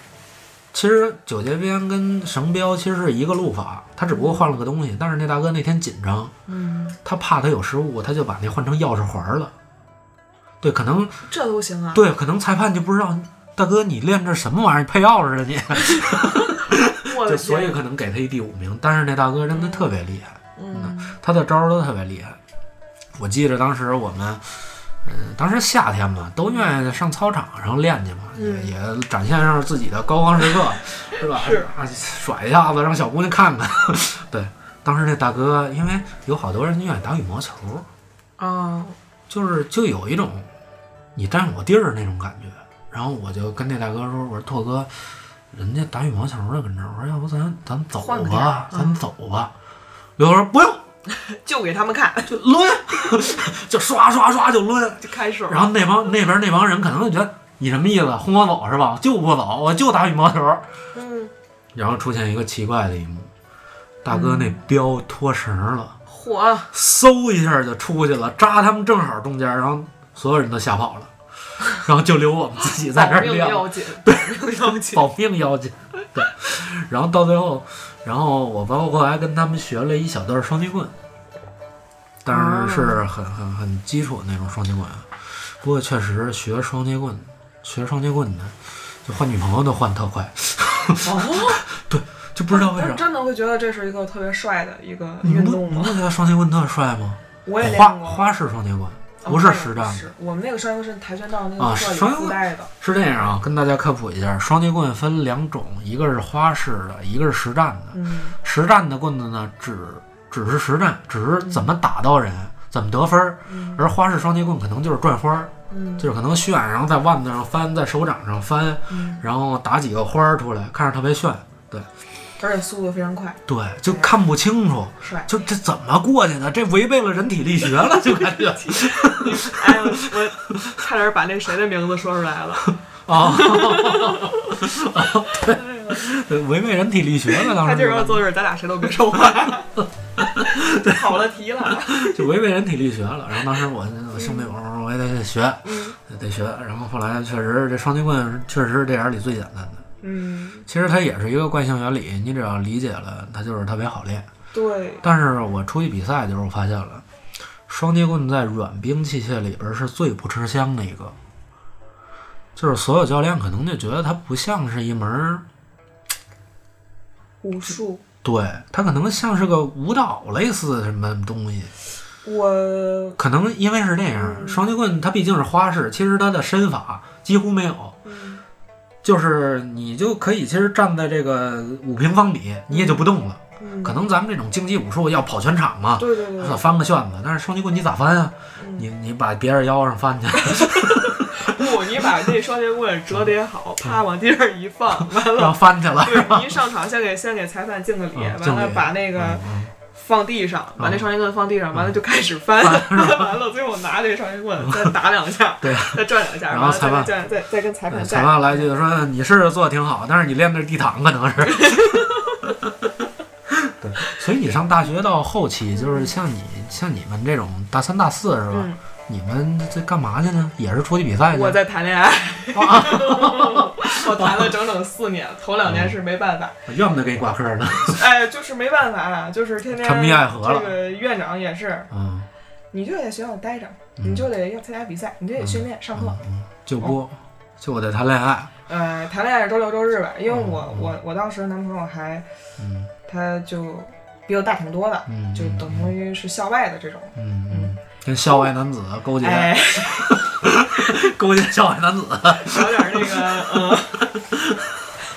A: 其实九节鞭跟绳镖其实是一个路法，他只不过换了个东西。但是那大哥那天紧张，
B: 嗯，
A: 他怕他有失误，他就把那换成钥匙环儿了。对，可能
B: 这都行啊，
A: 对，可能裁判就不知道，大哥你练这什么玩意儿，配钥匙了啊 你，
B: 我
A: 就
B: 的
A: 所以
B: 天，
A: 可能给他一第五名。但是那大哥真的特别厉害，
B: 嗯
A: 他的招儿都特别厉害。我记着当时我们，嗯，当时夏天嘛，都愿意上操场上练去嘛，
B: 嗯
A: 也也展现上自己的高光时 刻，是吧？
B: 是
A: 啊，甩一下子让小姑娘看 看。对，当时那大哥，因为有好多人就愿意打羽毛球，
B: 啊，
A: 就是就有一种你占我地儿那种感觉。然后我就跟那大哥说：“我说拓哥，人家打羽毛球呢，跟这儿，我说要不咱咱走
B: 换个地
A: 吧
B: 儿，
A: 咱走吧。刘哥说：“不用，
B: 就给他们看，
A: 就抡， 就刷刷刷就抡。
B: 就开手”，
A: 然后那帮那边那帮人可能就觉得你什么意思，轰我走是吧？就不走，我就打羽毛球。
B: 嗯，
A: 然后出现一个奇怪的一幕，大
B: 嗯
A: 哥那镖脱绳了，
B: 火，
A: 嗖一下就出去了，扎他们正好中间，然后所有人都吓跑了，然后就留我们自己在这
B: 保
A: 儿
B: 命
A: 晾，
B: 要紧，保命要紧，
A: 保命要紧。然后到最后，然后我包括还跟他们学了一小段双截棍，当时
B: 哦
A: 是很很很基础的那种双截棍啊。不过确实学双截棍，学双截棍的，就换女朋友都换特快，
B: 哦，
A: 就不知道为
B: 但是
A: 啥。
B: 真的会觉得这是一个特别帅的一个
A: 你
B: 运
A: 们都
B: 动
A: 不
B: 吗？
A: 会觉得双截棍特帅吗？
B: 我也练
A: 花
B: 过，
A: 花式双截棍
B: 哦
A: 不是
B: 那个
A: 实战的
B: 是我们那个双截棍是跆拳道那
A: 啊
B: 个课里
A: 双截
B: 附
A: 棍
B: 带的，
A: 是这样啊，跟大家科普一下，双截棍分两种，一个是花式的，一个是实战的。
B: 嗯，
A: 实战的棍子呢，只只是实战，只是怎么打到人，怎么得分儿。
B: 嗯
A: 而花式双截棍可能就是转花儿，
B: 嗯
A: 就是可能炫，然后在腕子上翻，在手掌上翻，
B: 嗯，
A: 然后打几个花儿出来，看着特别炫。
B: 而且速度非常快，
A: 对，就看不清楚，
B: 帅。
A: 就这怎么过去的？这违背了人体力学了，就感觉
B: 哎，我我差点把那谁的名字说出来了，
A: 啊， 对，违背人体力学了。当时
B: 他今
A: 就
B: 儿要
A: 感觉
B: 做事，咱俩谁都别 说话。跑了题了，
A: 就违背人体力学了。然后当时我我兄弟我说我也得学，得学。然后后来确实这双截棍确实是这点儿里最简单的。
B: 嗯，
A: 其实它也是一个惯性原理，你只要理解了，它就是特别好练。
B: 对，
A: 但是我出去比赛的时候发现了，双截棍在软兵器械里边是最不吃香的一个，就是所有教练可能就觉得它不像是一门儿，
B: 武术，
A: 对，它可能像是个舞蹈类似的什么东西。
B: 我
A: 可能因为是那
B: 嗯
A: 样，双截棍它毕竟是花式，其实它的身法几乎没有，
B: 嗯
A: 就是你就可以其实站在这个五平方米，你也就不动了。
B: 嗯，
A: 可能咱们这种竞技武术要跑全场嘛，
B: 对对对
A: 想，翻个旋子，但是双截棍你咋翻啊？
B: 嗯
A: 你你把别人腰上翻 去，
B: 不，你把那双截棍折叠好，啪往地上一放，完
A: 然
B: 了，
A: 后翻去了。
B: 对你一上场先给先给裁判敬个礼，
A: 嗯啊
B: 完
A: 敬
B: 了
A: 礼
B: 把那个放地上，把那双截棍放地上，完了就开始翻，完了最后拿这双截棍再打两下，
A: 对，
B: 再转两下，
A: 然
B: 然
A: 后
B: 后
A: 裁判
B: 再再再跟裁判
A: 裁
B: 再
A: 判来句说你是做的挺好，但是你练的是地啊躺，可能 是。对，所以你上大学到后期，就是像你像你们这种大三大四是吧？哎
B: 嗯，
A: 你们这干嘛去呢？也是出去比赛去？
B: 我在谈恋爱，
A: 哦啊
B: 我谈了整整四年，头两年是没办法，
A: 怨不得给你挂科呢。
B: 哎，就是没办法啦，就是天
A: 嗯
B: 天
A: 沉迷爱河了
B: 这个院长也是，
A: 嗯，
B: 你就得在学校待着，
A: 嗯
B: 你就得要参加比赛，你就得训练、上课。
A: 就不，就我在谈恋爱。
B: 呃，谈恋爱是周六周日吧，因为我、我我当时男朋友还，
A: 嗯
B: 他就比我大挺多的，
A: 嗯，
B: 就等同于是校外的这种。
A: 嗯嗯，跟校外男子勾结，
B: 哎， 哦
A: 勾结校外男子，
B: 找点那个，嗯，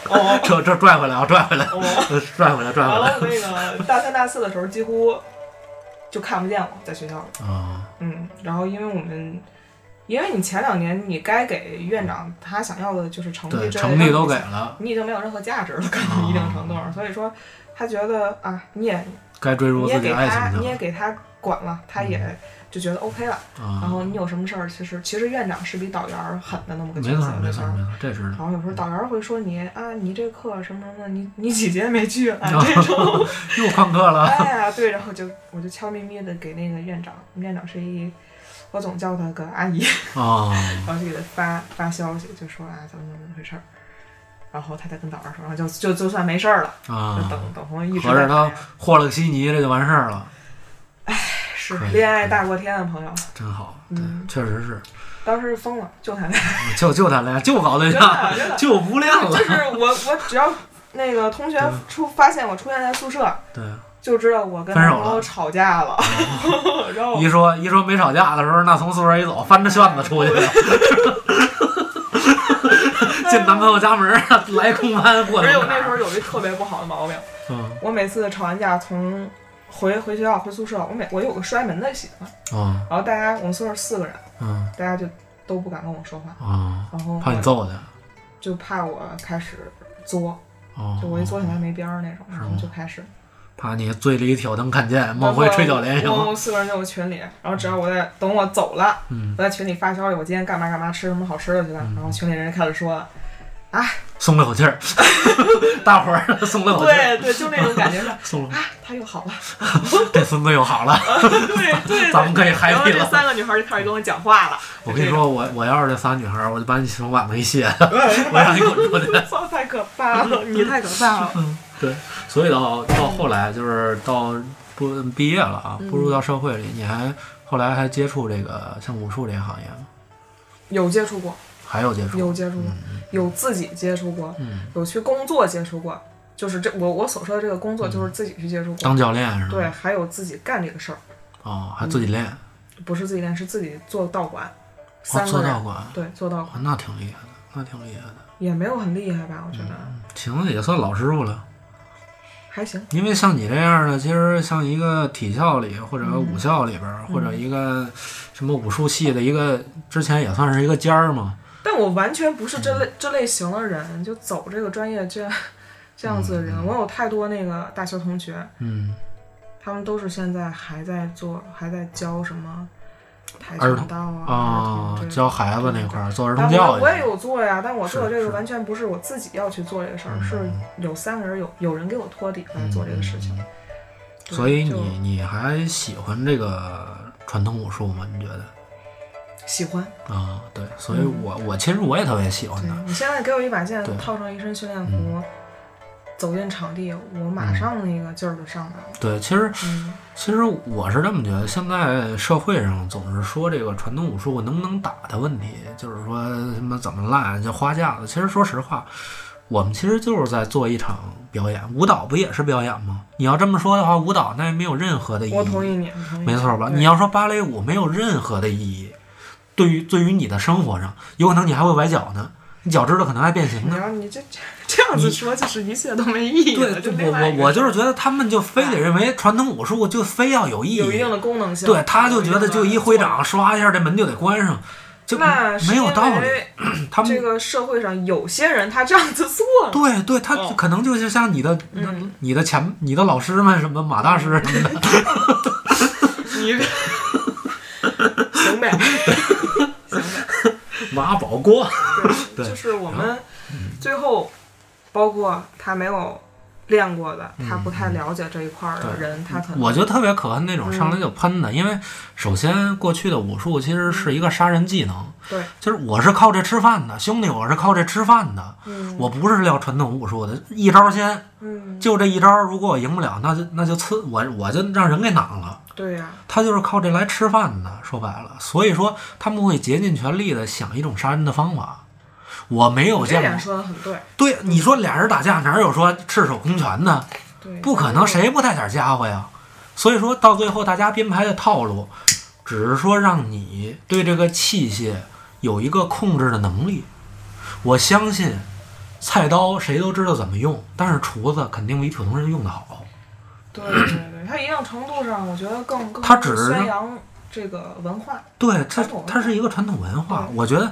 B: 哦，
A: 这这拽回来啊，拽回来，
B: 我
A: 拽回来，拽
B: 完
A: 回来。
B: 了那个大三大四的时候几乎就看不见我在学校里，
A: 啊，
B: 嗯，然后因为我们。因为你前两年你该给院长他想要的就是成绩
A: 对，
B: 之类的，
A: 成绩都给啊了，
B: 你已经没有任何价值了，可能一定程度上，所以说他觉得啊，你也
A: 该追入
B: 你也
A: 自己
B: 给
A: 爱
B: 他，
A: 情嗯
B: 你
A: 去
B: 也给他管了，他也就觉得 OK 了。
A: 了
B: 然
A: 啊。
B: 后你有什么事儿，其实其实院长是比导员儿狠的那么
A: 没
B: 个角
A: 错
B: 色，
A: 没错
B: 吧
A: 没错，这知
B: 然
A: 道。
B: 后有时候导员儿会说你啊，你这课什么什么，你你几节没去 啊？这种，
A: 又旷课了，
B: 哎呀，对，然后就我就悄咪咪的给那个院长，院长是一，我总叫他个阿姨，
A: 啊，
B: 然后就给他发发消息，就说啊怎么怎么回事儿，然后他再跟导员儿说，然后就就就算没事儿了，就
A: 啊，
B: 等等同于一直
A: 合
B: 在
A: 着他和了个稀泥，这就完事儿了，
B: 是
A: 可以
B: 恋爱大过天的朋友，
A: 真好。对，
B: 嗯
A: 确实是，
B: 当时疯了，就谈恋爱。
A: 就就谈恋爱，就 搞对
B: 真
A: 象，
B: 的真的，
A: 就无恋了
B: 就。是我我只要那个同学出发现我出现在宿舍，
A: 对。
B: 就知道我跟
A: 分手
B: 男
A: 了哦
B: 朋友吵架了， 然后
A: 一说一说没吵架的时候，那从宿舍一走，翻着旋子出 去了，进男 朋友家门儿 来空翻过
B: 而
A: 来哪
B: 且我那时
A: 儿。
B: 候有一特别不好的毛病，
A: 嗯
B: 我每次吵完架从回回学校回宿舍，我每我有个摔门的习惯，
A: 嗯
B: 然后大家我们宿舍四个人，
A: 嗯
B: 大家就都不敢跟我说话，
A: 啊，
B: 然后
A: 怕你
B: 我
A: 揍他。
B: 就怕我开始作，
A: 哦
B: 就我一作起来没边儿那种，然后就开始。
A: 怕你醉里挑灯看剑，梦回吹角连
B: 我
A: 营。
B: 们四个人就有群里，然后只要我在等我走了，
A: 嗯
B: 我在群里发消息，我今嗯天干嘛干嘛，吃什么好吃的去了，然后群里人开始说，
A: 松了口气儿，大伙儿送了我这儿，
B: 对对， 就那种感觉 是啊，
A: 送了
B: 他又好了，
A: 这孙子又好了。
B: 对 对，
A: 咱们可以 happy
B: 然后这
A: 了
B: 三个女孩就开始跟我讲话了，
A: 我跟你说，我我要是这仨女孩儿，我就把你手腕子一卸，
B: 这种，
A: 我让你滚出去。
B: 操，太可怕了，嗯你太可怕了，
A: 对，所以到到后来就是到不毕业了
B: 嗯
A: 啊，步入到社会里，你还后来还接触这个像武术这个行业吗？
B: 有接触过，
A: 还有接触？
B: 有接触过，有自己接触过，
A: 嗯，
B: 有去工作接触过，就是这我我所说的这个工作就是自己去接触过，
A: 当教练是吧？
B: 对，还有自己干这个事儿，
A: 哦，还自己练，
B: 不是自己练，是自己做道馆，
A: 哦，
B: 三个
A: 做道
B: 人，
A: 馆，
B: 对，做道馆
A: 哦，那挺厉害的，那挺厉害的，
B: 也没有很厉害吧，我觉得
A: 行，也算老师傅了。
B: 还行，
A: 因为像你这样的，其实像一个体校里或者
B: 嗯
A: 武校里边儿，或者一个什么武术系的一个，之前也算是一个尖儿嘛。
B: 但我完全不是
A: 嗯
B: 这类这类型的人，就走这个专业这样这样子的人，我有太多那个大学同学，
A: 嗯，
B: 他们都是现在还在做，还在教什么跆
A: 儿
B: 拳道啊
A: 啊，
B: 儿童这
A: 教孩子那块
B: 嗯
A: 儿做儿童
B: 但
A: 教
B: 我
A: 育，
B: 我也有做呀，但我做的
A: 是嗯
B: 这个
A: 是
B: 完全不是我自己要去做这个事儿，是有三个人有有人给我托底来做这个事情。对
A: 嗯所以
B: 就
A: 你你还喜欢这个传统武术吗？你觉得？
B: 喜欢，
A: 啊，对，所以我、我其实我也特别喜欢
B: 对
A: 它。
B: 你现在给我一把剑
A: 对，嗯
B: 套上一身训练服，走进场地，我马上那个劲儿就上来了。
A: 对，其实
B: 嗯，
A: 其实我是这么觉得，现在社会上总是说这个传统武术能不能打的问题，就是说什么怎么烂就花架子。其实说实话，我们其实就是在做一场表演，舞蹈不也是表演吗？你要这么说的话，舞蹈那也没有任何的意义。
B: 我同意你，我同意
A: 哎没错吧？
B: 对
A: 你要说芭蕾舞没有任何的意义，对于对于你的生活上，有可能你还会崴脚呢，你脚趾头可能还变形
B: 你
A: 呢。
B: 要你这这这样子说，就是一切都没意义
A: 对
B: 了。，就
A: 我
B: 另外
A: 我
B: 一个
A: 我就是觉得他们就非得认为传统武术就非要有意
B: 有一
A: 义，
B: 定的功能性，
A: 对，他就觉
B: 有
A: 得
B: 定的
A: 就一挥掌唰一下这门就得关上，就
B: 那是
A: 没有
B: 因
A: 道理。
B: 为
A: 他
B: 这
A: 们
B: 个社会上有些人他这样子做了，
A: 对对，他
B: 哦
A: 可能就是像你的、
B: 嗯
A: 你的前你的老师们什么马大师什么的，
B: 你 行呗，行呗。
A: 马保国，对嗯
B: 就是我们最后，包括他没有练过的，
A: 嗯
B: 他不太了解这一块儿的人，他可能
A: 我就特别可恨那种
B: 嗯
A: 上来就喷的，因为首先过去的武术其实是一个杀人技能，
B: 嗯对，
A: 就是我是靠这吃饭的，兄弟，我是靠这吃饭的，
B: 嗯
A: 我不是料传统武术的，一招先，
B: 嗯，
A: 就这一招，如果我赢不了，那就那就刺我，我就让人给挡了。
B: 对呀、
A: 他就是靠这来吃饭的，说白了，所以说他们会竭尽全力的想一种杀人的方法。我没有
B: 你这
A: 见
B: 点
A: 过，
B: 说的很对，
A: 对你说俩人打架哪有说赤手空拳的？
B: 对，
A: 不可能，谁不带点家伙呀？所以说到最后，大家编排的套路，只是说让你对这个器械有一个控制的能力。我相信，菜刀谁都知道怎么用，但是厨子肯定比普通人用的好。
B: 对对对，他一定程度上，我觉得更更
A: 他只是
B: 宣扬这个文化，
A: 对，它
B: 传统文化
A: 它是一个传统文化，我觉得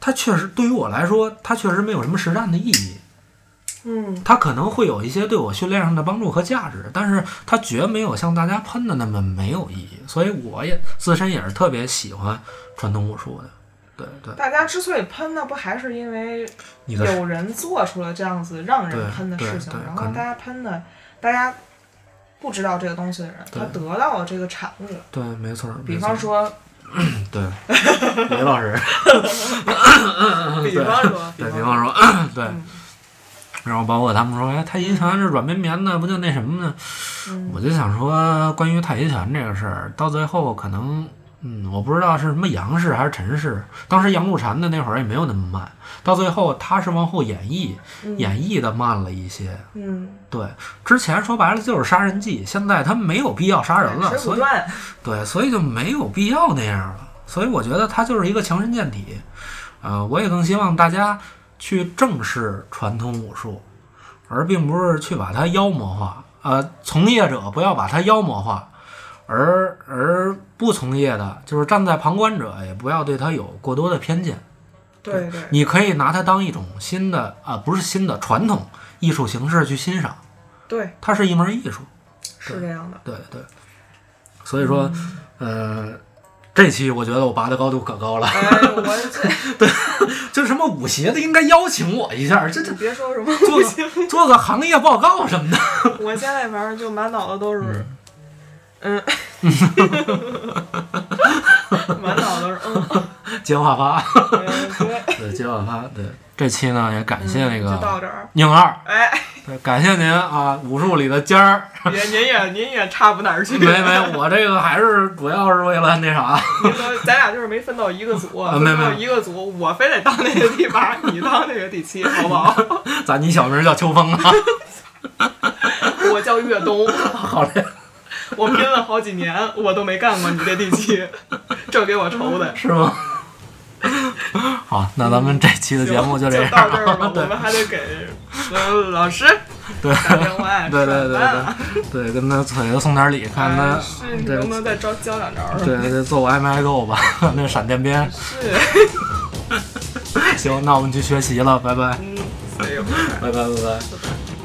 A: 它确实对于我来说，它确实没有什么实战的意义。
B: 嗯，
A: 它可能会有一些对我训练上的帮助和价值，但是它绝没有像大家喷的那么没有意义。所以我也自身也是特别喜欢传统武术的。对对，
B: 大家之所以喷呢，不还是因为
A: 你的
B: 有人做出了这样子让人
A: 对
B: 喷的事情
A: 对对，
B: 然
A: 可
B: 后
A: 能
B: 大家喷的，大家不知道这个东西的人，
A: 对
B: 他得到了这个产物，
A: 对，没错儿。
B: 比
A: 没
B: 方
A: 错
B: 说
A: 儿，对， 雷老师，
B: 比方说，
A: 嗯对，比
B: 说，
A: 方说， 对
B: 嗯。
A: 然后包括他们说，哎，太极拳是软绵绵的，不就那什么呢？
B: 嗯
A: 我就想说，关于太极拳这个事儿，到最后可能，嗯，我不知道是什么杨氏还是陈氏，当时杨露禅的那会儿也没有那么慢，到最后他是往后演绎，
B: 嗯
A: 演绎的慢了一些。
B: 嗯，
A: 对，之前说白了就是杀人技，现在他没有必要哎杀人了，
B: 水
A: 所
B: 浒
A: 以
B: 传，
A: 对，所以就没有必要那样了。所以我觉得他就是一个强身健体。呃，我也更希望大家去正视传统武术，而并不是去把它妖魔化。呃，从业者不要把它妖魔化，而而不从业的，就是站在旁观者，也不要对他有过多的偏见。
B: 对对，
A: 你可以拿它当一种新的啊、不是新的传统艺术形式去欣赏，
B: 对，
A: 它是一门艺术。
B: 是这样的。
A: 对对，所以说，呃，这期我觉得我拔的高度可高了，
B: 哎呦，我这
A: 就是什么舞协的应该邀请我一 下，这这
B: 你别说什么
A: 做
B: 不行，
A: 个做个行业报告什么的。
B: 我现在反正就满脑子都是，嗯， 满脑子都是嗯，
A: 接话发，
B: 对，
A: 对，接话发，对。这期呢也感谢那
B: 就到
A: 个
B: 这儿。
A: 宁二，
B: 哎，
A: 对感谢您啊，武术里的尖儿。
B: 别您也您也差不哪儿去，
A: 没没，我这个还是主要是为了那啥，
B: 您都咱俩就是没分到一个组，啊
A: 啊没
B: 分到
A: 没
B: 一个组，我非得当那个第八，你当那个第七，好不好？
A: 咱你小名叫秋风啊，
B: 我叫岳东，
A: 好嘞，
B: 我拼了好几年，我都没干过你这第七，这给我愁的。
A: 是吗？ 好，那咱们这期嗯的节目就
B: 嗯就
A: 这样
B: 到这儿吧
A: 啊，，
B: 我
A: 对
B: 们还得给呃老师
A: 对
B: 打电话，
A: 对对对
B: 吃饭啊
A: 对对，跟他腿子送点礼，看他
B: 哎是你
A: 这
B: 能不能再教教两招儿？
A: 对对对，做我 M I Go 吧， 那闪电鞭。
B: 是，
A: 行，那我们去学习了，拜拜，
B: 嗯，所以我们
A: 拜
B: 还
A: 拜，拜拜。